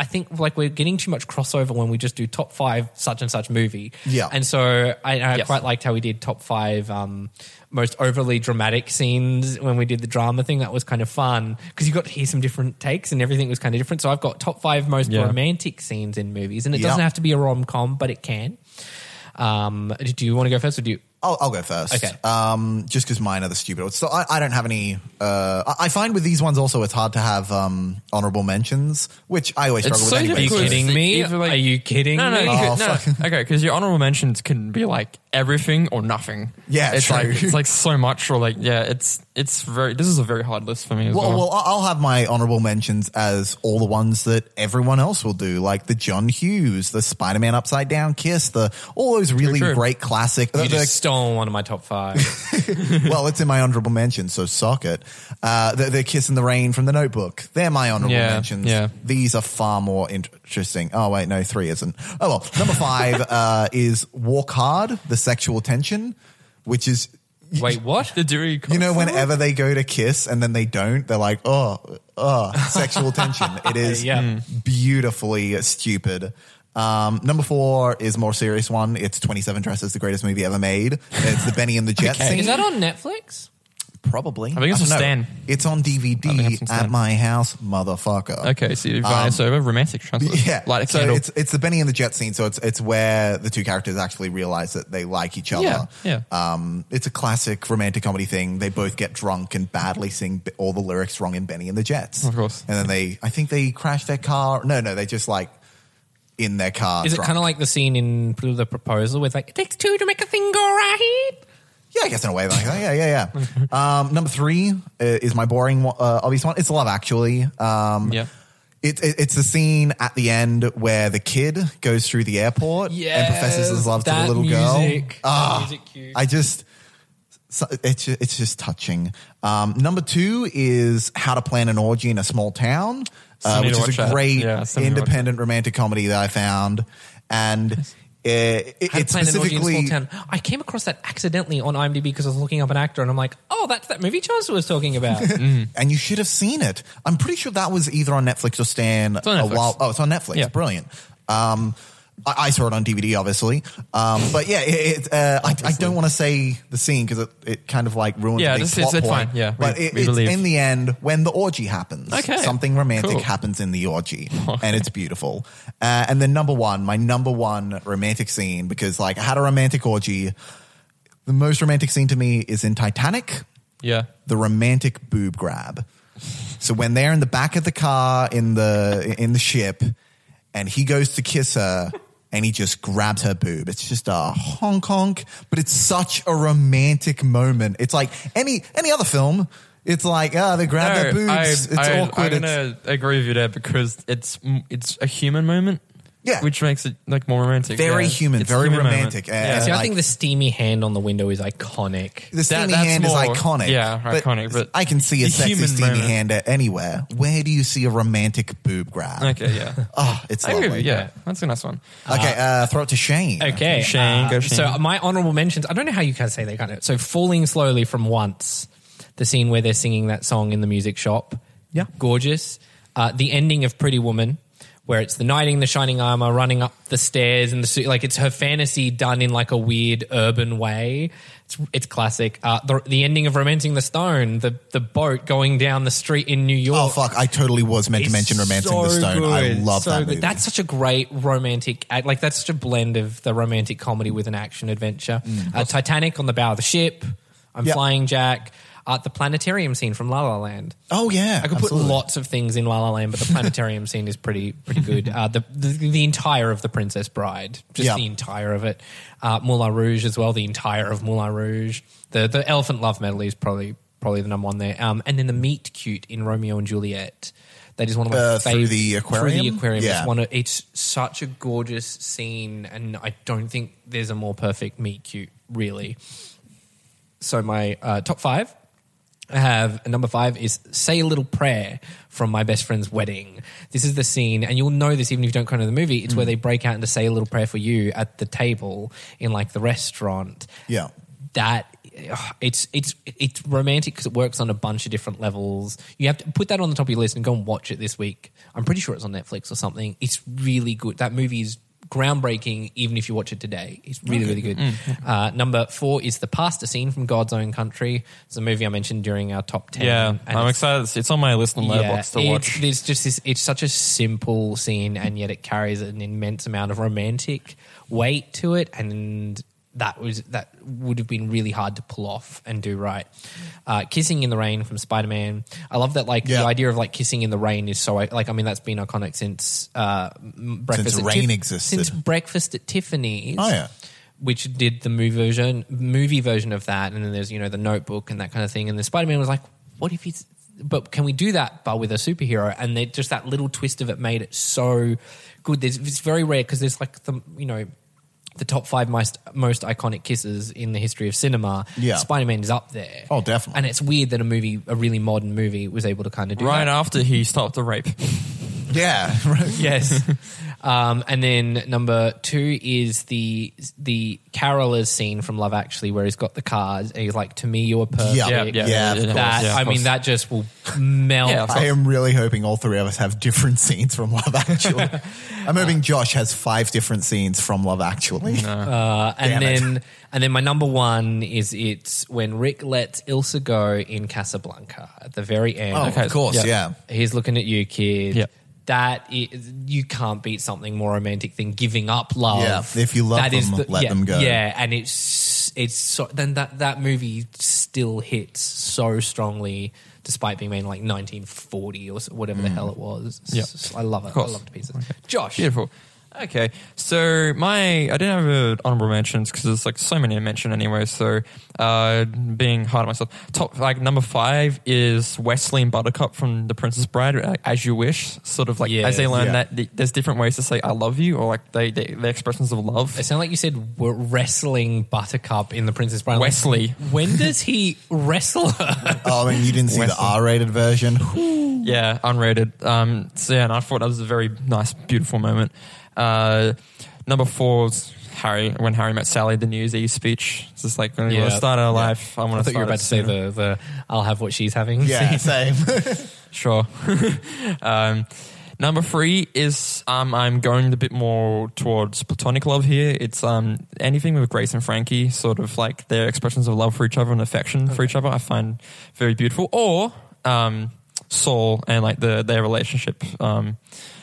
Speaker 3: I think like we're getting too much crossover when we just do top five such and such movie.
Speaker 5: Yeah.
Speaker 3: and so I, I
Speaker 4: Yes.
Speaker 3: quite liked how we did top five um, most overly dramatic scenes when we did the drama thing. That was kind of fun because you got to hear some different takes and everything was kind of different. So I've got top five most
Speaker 4: Yeah.
Speaker 3: romantic scenes in movies, and it
Speaker 5: Yeah.
Speaker 3: doesn't have to be a rom com, but it can. Um, do you want to go first or do you?
Speaker 5: I'll, I'll go first.
Speaker 3: Okay.
Speaker 5: Um, just because mine are the stupid ones. So I, I don't have any. Uh, I, I find with these ones also it's hard to have um, honorable mentions, which I always struggle with.
Speaker 3: Are
Speaker 5: anyway.
Speaker 3: you
Speaker 4: difficult.
Speaker 5: so-
Speaker 3: kidding me?
Speaker 4: Either, like-
Speaker 3: Are you kidding
Speaker 4: No, no,
Speaker 3: me?
Speaker 4: you
Speaker 5: Oh,
Speaker 4: could- no.
Speaker 5: fuck.
Speaker 4: Okay, because your honorable mentions can be like everything or nothing.
Speaker 5: Yeah,
Speaker 4: it's
Speaker 5: true.
Speaker 4: like it's like so much or like yeah, it's it's very. This is a very hard list for me as well.
Speaker 5: Well, well, I- I'll have my honorable mentions as all the ones that everyone else will do, like the John Hughes, the Spider-Man Upside Down Kiss, the all those really
Speaker 4: true.
Speaker 5: great classic. the-
Speaker 3: You
Speaker 5: the-
Speaker 3: just stole one of my top five.
Speaker 4: [LAUGHS]
Speaker 5: well, it's in my honorable mentions, so sock it. Uh, the, the Kiss in the Rain from The Notebook. They're my honorable
Speaker 4: Yeah,
Speaker 5: mentions.
Speaker 4: yeah.
Speaker 5: These are far more interesting. Oh, wait, no, three isn't. Oh, well, number
Speaker 4: [LAUGHS]
Speaker 5: five uh, is Walk Hard, The Sexual Tension, which is,
Speaker 3: Wait, [LAUGHS] what?
Speaker 4: the Dewey.
Speaker 5: you know, whenever they go to kiss and then they don't, they're like, oh, oh, sexual
Speaker 4: [LAUGHS]
Speaker 5: tension. It is
Speaker 3: Yeah. Mm.
Speaker 5: beautifully stupid. Um, number four is more serious one. It's 27 Dresses, the greatest movie ever made. It's the Benny and
Speaker 4: [LAUGHS]
Speaker 5: the Jet scene.
Speaker 3: Is that on Netflix?
Speaker 5: Probably.
Speaker 4: I think it's
Speaker 5: don't
Speaker 4: on
Speaker 5: know.
Speaker 4: Stan.
Speaker 5: It's on
Speaker 4: think it's on
Speaker 5: DVD
Speaker 4: Stan.
Speaker 5: at my house, motherfucker.
Speaker 4: Okay, so you've gone it's over romantic
Speaker 5: [LAUGHS]
Speaker 4: translation.
Speaker 5: Um, Yeah.
Speaker 4: light a
Speaker 5: so
Speaker 4: candle.
Speaker 5: it's it's the Benny and the Jet scene. So it's it's where the two characters actually realize that they like each
Speaker 4: yeah,
Speaker 5: other.
Speaker 4: yeah.
Speaker 5: Um, it's a classic romantic comedy thing. They both get drunk and badly sing b- all the lyrics wrong in Benny and the Jets.
Speaker 4: Of course.
Speaker 5: And then they, I think they crash their car. No, no, they just like in their car.
Speaker 3: Is it kind of like the scene in The Proposal with like, it takes two to make a thing go right?
Speaker 5: Yeah, I guess in a way like that. Yeah, yeah,
Speaker 4: [LAUGHS]
Speaker 5: yeah. um, number three uh, is my boring, one- uh, obvious one. It's Love Actually. Um,
Speaker 4: Yeah.
Speaker 5: It, it, it's the scene at the end where the kid goes through the airport and professes his love to the
Speaker 3: that
Speaker 5: little girl.
Speaker 3: music.
Speaker 5: Ah,
Speaker 3: That music cue.
Speaker 5: I just, so- it's ju- it's just touching. Um, number two is How to Plan an Orgy in a Small Town, uh,
Speaker 4: Still need
Speaker 5: which
Speaker 4: to
Speaker 5: is
Speaker 4: watch
Speaker 5: a
Speaker 4: that.
Speaker 5: great
Speaker 4: Yeah, still need to watch that.
Speaker 5: independent romantic comedy that I found, and it, it,
Speaker 3: Had
Speaker 5: it
Speaker 3: planned an orgy in
Speaker 5: specifically.
Speaker 3: Small Town. I came across that accidentally on IMDb because I was looking up an actor and I'm like, oh, that's that movie Chance was
Speaker 5: [LAUGHS]
Speaker 3: talking about.
Speaker 5: Mm. and you should have seen it. I'm pretty sure that was either on Netflix or Stan a
Speaker 4: on Netflix.
Speaker 5: while. Oh, it's on Netflix.
Speaker 4: Yeah.
Speaker 5: Brilliant. Um, I, I saw it on DVD, obviously. Um, but yeah, it, it, uh, I, I don't want to say the scene because it, it kind of like ruins
Speaker 4: Yeah,
Speaker 5: the big
Speaker 4: this-
Speaker 5: plot
Speaker 4: it's- it's
Speaker 5: point.
Speaker 4: fine. Yeah, we-
Speaker 5: but it,
Speaker 4: we
Speaker 5: it's
Speaker 4: believe.
Speaker 5: in the end when the orgy happens.
Speaker 4: Okay.
Speaker 5: something romantic
Speaker 4: Cool.
Speaker 5: happens in the
Speaker 4: [LAUGHS]
Speaker 5: orgy, and it's beautiful. Uh, and then number one, my number one romantic scene because like I had a romantic orgy. The most romantic scene to me is in Titanic
Speaker 4: yeah.
Speaker 5: the romantic boob grab. So when they're in the back of the car in the in the ship, and he goes to kiss her, and he just grabs her boob. It's just a honk honk, but it's such a romantic moment. It's like any any other film. It's like ah, they grab their boobs. it's awkward.
Speaker 4: I'm
Speaker 5: It's-
Speaker 4: gonna agree with you there because it's it's a human moment.
Speaker 5: Yeah.
Speaker 4: which makes it like more romantic.
Speaker 5: very
Speaker 4: yeah.
Speaker 5: human,
Speaker 4: It's a
Speaker 5: very
Speaker 4: moment.
Speaker 5: romantic. And,
Speaker 3: See, I
Speaker 5: like,
Speaker 3: think the steamy hand on the window is iconic.
Speaker 5: The steamy
Speaker 4: that's
Speaker 5: hand
Speaker 4: more-
Speaker 5: is iconic.
Speaker 4: yeah, iconic, but
Speaker 5: I can see a
Speaker 4: the
Speaker 5: sexy
Speaker 4: human
Speaker 5: steamy
Speaker 4: moment.
Speaker 5: hand at anywhere. Where do you see a romantic boob grab?
Speaker 4: Okay, yeah.
Speaker 5: [LAUGHS] Oh, it's
Speaker 4: I
Speaker 5: lovely.
Speaker 4: agree with you. Yeah, that's a nice one.
Speaker 5: Okay, uh, throw it to Shane.
Speaker 3: Okay.
Speaker 4: Shane,
Speaker 3: uh,
Speaker 4: go Shane.
Speaker 3: so my honorable mentions, I don't know how you can say they kind of so falling slowly from once, the scene where they're singing that song in the music shop.
Speaker 4: Yeah.
Speaker 3: Gorgeous. Uh, the ending of Pretty Woman, where it's the knight in the shining armor running up the stairs and the su- like it's her fantasy done in like a weird urban way. It's, it's classic. Uh, the, the ending of Romancing the Stone, the, the boat going down the street in New York.
Speaker 5: Oh fuck! I totally was meant to
Speaker 3: It's
Speaker 5: mention *Romancing the
Speaker 3: so
Speaker 5: Stone*. I
Speaker 3: good.
Speaker 5: love
Speaker 3: So
Speaker 5: that
Speaker 3: good.
Speaker 5: movie.
Speaker 3: That's such a great romantic, act- like that's such a blend of the romantic comedy with an action adventure. Uh, Titanic on the bow of the ship. I'm
Speaker 5: Mm. Yeah.
Speaker 3: flying Jack. Uh, the planetarium scene from La La Land.
Speaker 5: oh yeah,
Speaker 3: I could put lots of things in La La Land, but the planetarium [LAUGHS] scene is pretty pretty good. Uh, the, the the entire of the Princess Bride, just
Speaker 5: Yeah.
Speaker 3: the entire of it. Uh, Moulin Rouge as well, the entire of Moulin Rouge. The the Elephant Love medley is probably probably the number one there. Um, and then the meet cute in Romeo and Juliet. They just want to like
Speaker 5: Uh,
Speaker 3: fade
Speaker 5: through the
Speaker 3: Through the
Speaker 5: aquarium?
Speaker 3: aquarium,
Speaker 5: Yeah.
Speaker 3: just want to. It's such a gorgeous scene, and I don't think there's a more perfect meet cute, really. So my uh, top five. I have number five is say a little prayer from my best friend's wedding. This is the scene, and you'll know this even if you don't go to the movie. It's where they break out into say a little prayer for you at the table in like the restaurant.
Speaker 5: Yeah.
Speaker 3: that ugh, it's it's it's romantic because it works on a bunch of different levels. You have to put that on the top of your list and go and watch it this week. I'm pretty sure it's on Netflix or something. It's really good. That movie is groundbreaking even if you watch it today it's really really good
Speaker 4: Mm.
Speaker 3: uh, number four is the pasta scene from god's own country it's a movie i mentioned during our top 10
Speaker 4: Yeah,
Speaker 3: And
Speaker 4: I'm
Speaker 3: it's-
Speaker 4: excited. It's- It's on my list on Letterboxd to
Speaker 3: it's,
Speaker 4: watch.
Speaker 3: There's just this, it's such a simple scene, and yet it carries an immense amount of romantic weight to it, and that was that would have been really hard to pull off and do right. Uh, kissing in the rain from Spider Man. I love that. Like
Speaker 5: Yeah.
Speaker 3: the idea of like kissing in the rain is so like I mean that's been iconic since uh, m- breakfast at
Speaker 5: rain
Speaker 3: Tiff-
Speaker 5: existed.
Speaker 3: since breakfast at Tiffany's.
Speaker 5: Oh, yeah.
Speaker 3: Which did the movie version, movie version of that, and then there's you know the Notebook and that kind of thing. And the Spider Man was like, "What if he's? But can we do that, but with a superhero?" And they, just that little twist of it made it so good. There's, it's very rare because there's like the you know the top five most most iconic kisses in the history of cinema.
Speaker 5: Yeah.
Speaker 3: Spider Man is up there.
Speaker 5: Oh, definitely.
Speaker 3: And it's weird that a movie, a really modern movie, was able to kind of do
Speaker 4: right
Speaker 3: that.
Speaker 4: after he stopped the rape.
Speaker 5: [LAUGHS]
Speaker 3: [LAUGHS]
Speaker 5: Yeah. Right.
Speaker 3: yes. Um, and then number two is the the Carolers scene from Love Actually, where he's got the cards and he's like, "To me, you're perfect."
Speaker 5: Yeah. Yeah, yeah, yeah, of
Speaker 3: that
Speaker 4: course.
Speaker 3: I mean, that just will melt.
Speaker 4: Yeah, of
Speaker 5: I am really hoping all three of us have different [LAUGHS] scenes from Love Actually.
Speaker 3: [LAUGHS]
Speaker 5: I'm hoping Josh has five different scenes from Love Actually.
Speaker 3: Uh, and
Speaker 5: Damn it.
Speaker 3: then and then my number one is it's when Rick lets Ilsa go in Casablanca at the very end.
Speaker 5: Oh,
Speaker 4: Okay,
Speaker 5: of course,
Speaker 4: yeah.
Speaker 5: yeah.
Speaker 3: He's looking at you, kid.
Speaker 4: Yeah.
Speaker 3: That is, you can't beat something more romantic than giving up love.
Speaker 5: Yeah, if you love them, let
Speaker 3: yeah,
Speaker 5: them go.
Speaker 3: Yeah, and it's it's so, then that that movie still hits so strongly despite being made in like 1940 or so- whatever
Speaker 5: Mm.
Speaker 3: the hell it was. It's
Speaker 4: Yeah.
Speaker 3: just- I love it. I
Speaker 4: course.
Speaker 3: love the pieces. Josh,
Speaker 4: Beautiful. Okay, so my I didn't have uh, honorable mentions because there's like so many to mention anyway. So uh, being hard on myself, top like number five is Wesley and Buttercup from The Princess Bride, uh, as you wish. Sort of like
Speaker 3: Yes.
Speaker 4: as they learn
Speaker 5: Yeah.
Speaker 4: that th- there's different ways to say I love you or like they, they their expressions of love.
Speaker 3: It sounded like you said we're wrestling Buttercup in The Princess Bride. Like,
Speaker 4: Wesley.
Speaker 3: when does he wrestle [LAUGHS] her?
Speaker 5: Oh, I mean, you didn't see the
Speaker 4: Wesley.
Speaker 5: R-rated version.
Speaker 4: Yeah, unrated. Um, so yeah, and I thought that was a very nice, beautiful moment. Uh, number four was Harry when Harry met Sally. The New Year's Eve speech. It's just like when we want
Speaker 3: Yeah.
Speaker 4: to start our life. I want
Speaker 3: I
Speaker 4: to.
Speaker 3: thought
Speaker 4: start
Speaker 3: you were about
Speaker 4: it
Speaker 3: to say
Speaker 4: sooner.
Speaker 3: the, the I'll have what she's having.
Speaker 5: Yeah, same.
Speaker 3: [LAUGHS]
Speaker 4: Sure. [LAUGHS] um, number three is um, I'm going a bit more towards platonic love here. It's um, anything with Grace and Frankie, sort of like their expressions of love for each other and affection for each other. I find very beautiful. Or um, Saul and like the their relationship, um,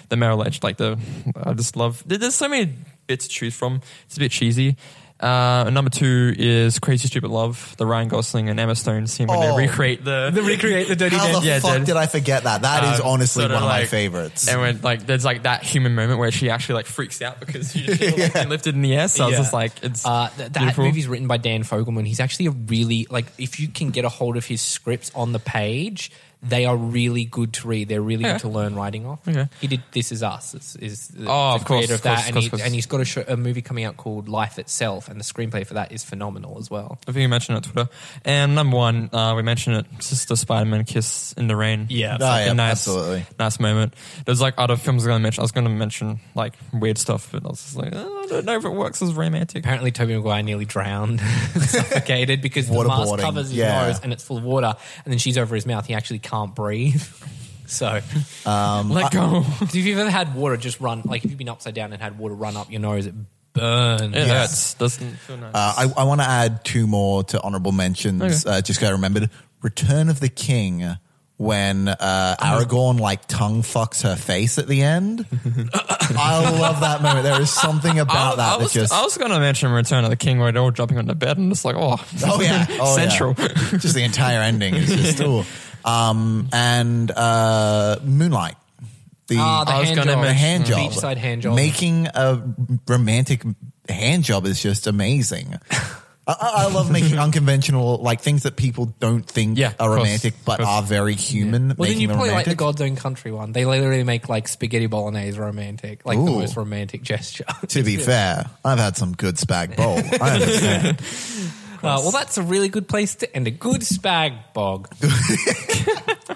Speaker 4: the marriage, like the I just love. there- There's so many bits to choose from. It's a bit cheesy. Uh, and number two is Crazy Stupid Love, the Ryan Gosling and Emma Stone scene when
Speaker 5: Oh.
Speaker 4: they recreate the, they recreate the [LAUGHS] dirty
Speaker 5: How the fuck did I forget that? That is
Speaker 4: um,
Speaker 5: honestly
Speaker 4: sort
Speaker 5: one of my
Speaker 4: like-
Speaker 5: favorites.
Speaker 4: And when like there's like that human moment where she actually like freaks out because she
Speaker 5: [LAUGHS]
Speaker 4: just feels like being lifted in the air. So I was
Speaker 3: Yeah.
Speaker 4: just like, it's
Speaker 3: Uh, th- that
Speaker 4: beautiful.
Speaker 3: movie's written by Dan Fogelman. He's actually a really like if you can get a hold of his scripts on the page, they are really good to read. They're really
Speaker 4: Yeah.
Speaker 3: good to learn writing off.
Speaker 4: Okay.
Speaker 3: He did This Is Us. Is, is the,
Speaker 4: Oh,
Speaker 3: the
Speaker 4: of course,
Speaker 3: creator
Speaker 4: of
Speaker 3: of
Speaker 4: course,
Speaker 3: that,
Speaker 4: of course, of
Speaker 3: and,
Speaker 4: course.
Speaker 3: he, and he's got a, show, a movie coming out called Life Itself, and the screenplay for that is phenomenal as well.
Speaker 4: I think you mentioned it on Twitter. And number one, uh, we mentioned it, it's just the Spider Man kiss in the rain.
Speaker 3: Yeah.
Speaker 4: It's
Speaker 3: Oh,
Speaker 4: like
Speaker 5: yeah,
Speaker 4: a nice,
Speaker 5: absolutely.
Speaker 4: nice moment. There's like other films I'm gonna mention. I was gonna mention like weird stuff, but I was just like, oh, I don't know if it works as romantic.
Speaker 3: Apparently, Toby Maguire nearly drowned, [LAUGHS] suffocated because the mask
Speaker 5: Waterboarding,
Speaker 3: covers his
Speaker 5: yeah.
Speaker 3: nose and it's full of water, and then she's over his mouth. He actually can't breathe. [LAUGHS] So,
Speaker 4: Let go.
Speaker 3: if you've ever had water just run, like if you've been upside down and had water run up your nose, it burns.
Speaker 4: [LAUGHS] It hurts. Doesn't feel nice.
Speaker 5: Uh, I, I want to add two more to honorable mentions. Uh, just got remembered. Return of the King when uh, Aragorn like tongue fucks her face at the end. [LAUGHS] I love that moment. There is something
Speaker 4: I,
Speaker 5: about that
Speaker 4: I
Speaker 5: that
Speaker 4: was,
Speaker 5: just.
Speaker 4: I was gonna mention Return of the King where they're all jumping on the bed and it's like, oh,
Speaker 5: [LAUGHS] Oh
Speaker 3: [LAUGHS]
Speaker 4: [LAUGHS]
Speaker 5: yeah, Oh, yeah.
Speaker 4: central.
Speaker 5: just the entire ending is just ooh. Um, and uh, Moonlight. The,
Speaker 3: Ah, the
Speaker 4: I was
Speaker 3: hand
Speaker 4: gonna
Speaker 3: job.
Speaker 5: a
Speaker 4: mention-
Speaker 5: hand job.
Speaker 3: Beachside hand job. [LAUGHS]
Speaker 5: Making a romantic hand job is just amazing. I- I, I love making unconventional, like things that people don't think
Speaker 4: Yeah,
Speaker 5: are
Speaker 4: of course,
Speaker 5: romantic, but
Speaker 4: of course.
Speaker 5: are very human.
Speaker 3: Well, then
Speaker 5: making
Speaker 3: you
Speaker 5: them
Speaker 3: probably like the
Speaker 5: romantic.
Speaker 3: God's Own Country one. They literally make like spaghetti bolognese romantic, like the
Speaker 5: Ooh.
Speaker 3: most romantic [LAUGHS] gesture.
Speaker 5: To be fair, I've had some good spag bowl. I understand.
Speaker 3: Uh, well, that's a really good place to end a good spag bog.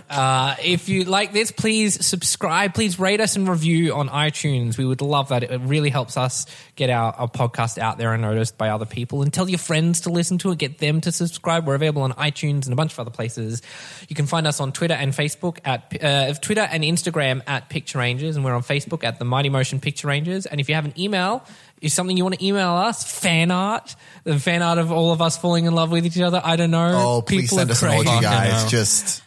Speaker 3: uh, if you like this, please subscribe. Please rate us and review on iTunes. We would love that. It really helps us get our, our podcast out there and noticed by other people. And tell your friends to listen to it. Get them to subscribe. We're available on iTunes and a bunch of other places. You can find us on Twitter and Facebook at uh, Twitter and Instagram at Picture Rangers, and we're on Facebook at the Mighty Motion Picture Rangers. And if you have an email, is something you want to email us, fan art, the fan art of all of us falling in love with each other. I don't know.
Speaker 5: oh, please
Speaker 3: [LAUGHS] People
Speaker 5: send
Speaker 3: are
Speaker 5: us an all you
Speaker 3: crazy.
Speaker 5: guys.
Speaker 4: no.
Speaker 5: Just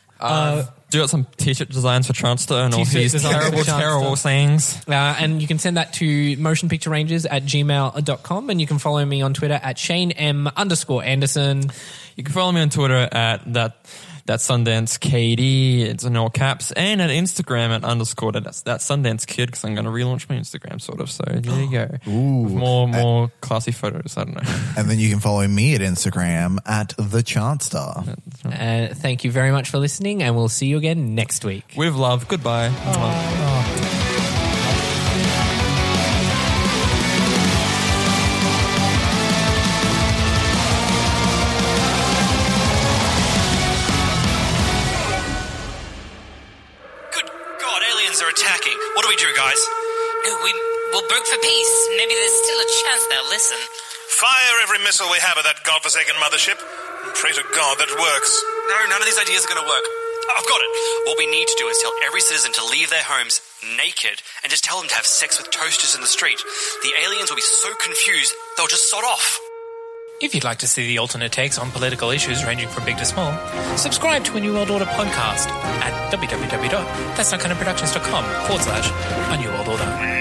Speaker 4: Do got some t-shirt designs for Transter and all
Speaker 3: T-shirt
Speaker 4: these
Speaker 3: designs for
Speaker 4: terrible,
Speaker 3: Transter.
Speaker 4: terrible things.
Speaker 3: Uh, and you can send that to motionpicturerangers at gmail.com. And you can follow me on Twitter at Shane M underscore Anderson.
Speaker 4: You can follow me on Twitter at that that Sundance KD. It's in all caps, and at Instagram at underscore that that Sundance Kid because I'm going to relaunch my Instagram sort of. So there you go. [GASPS] Ooh, Uh, more more classy photos. I don't [LAUGHS] know.
Speaker 5: and then you can follow me at Instagram at the Chant Star.
Speaker 3: Uh, thank you very much for listening, and we'll see you again next week.
Speaker 4: With love. Goodbye.
Speaker 1: Good God, aliens are attacking. What do we do, guys?
Speaker 6: No, we, we'll work for peace. Maybe there's still a chance they'll listen.
Speaker 2: Fire every missile we have at that godforsaken mothership. And pray to God that it works.
Speaker 1: No, none of these ideas are going to work. I've got it. What we need to do is tell every citizen to leave their homes naked and just tell them to have sex with toasters in the street. The aliens will be so confused, they'll just sod off.
Speaker 7: If you'd like to see the alternate takes on political issues ranging from big to small, subscribe to a New World Order podcast at www.thatsnotkindofproductions.com forward slash a New World Order.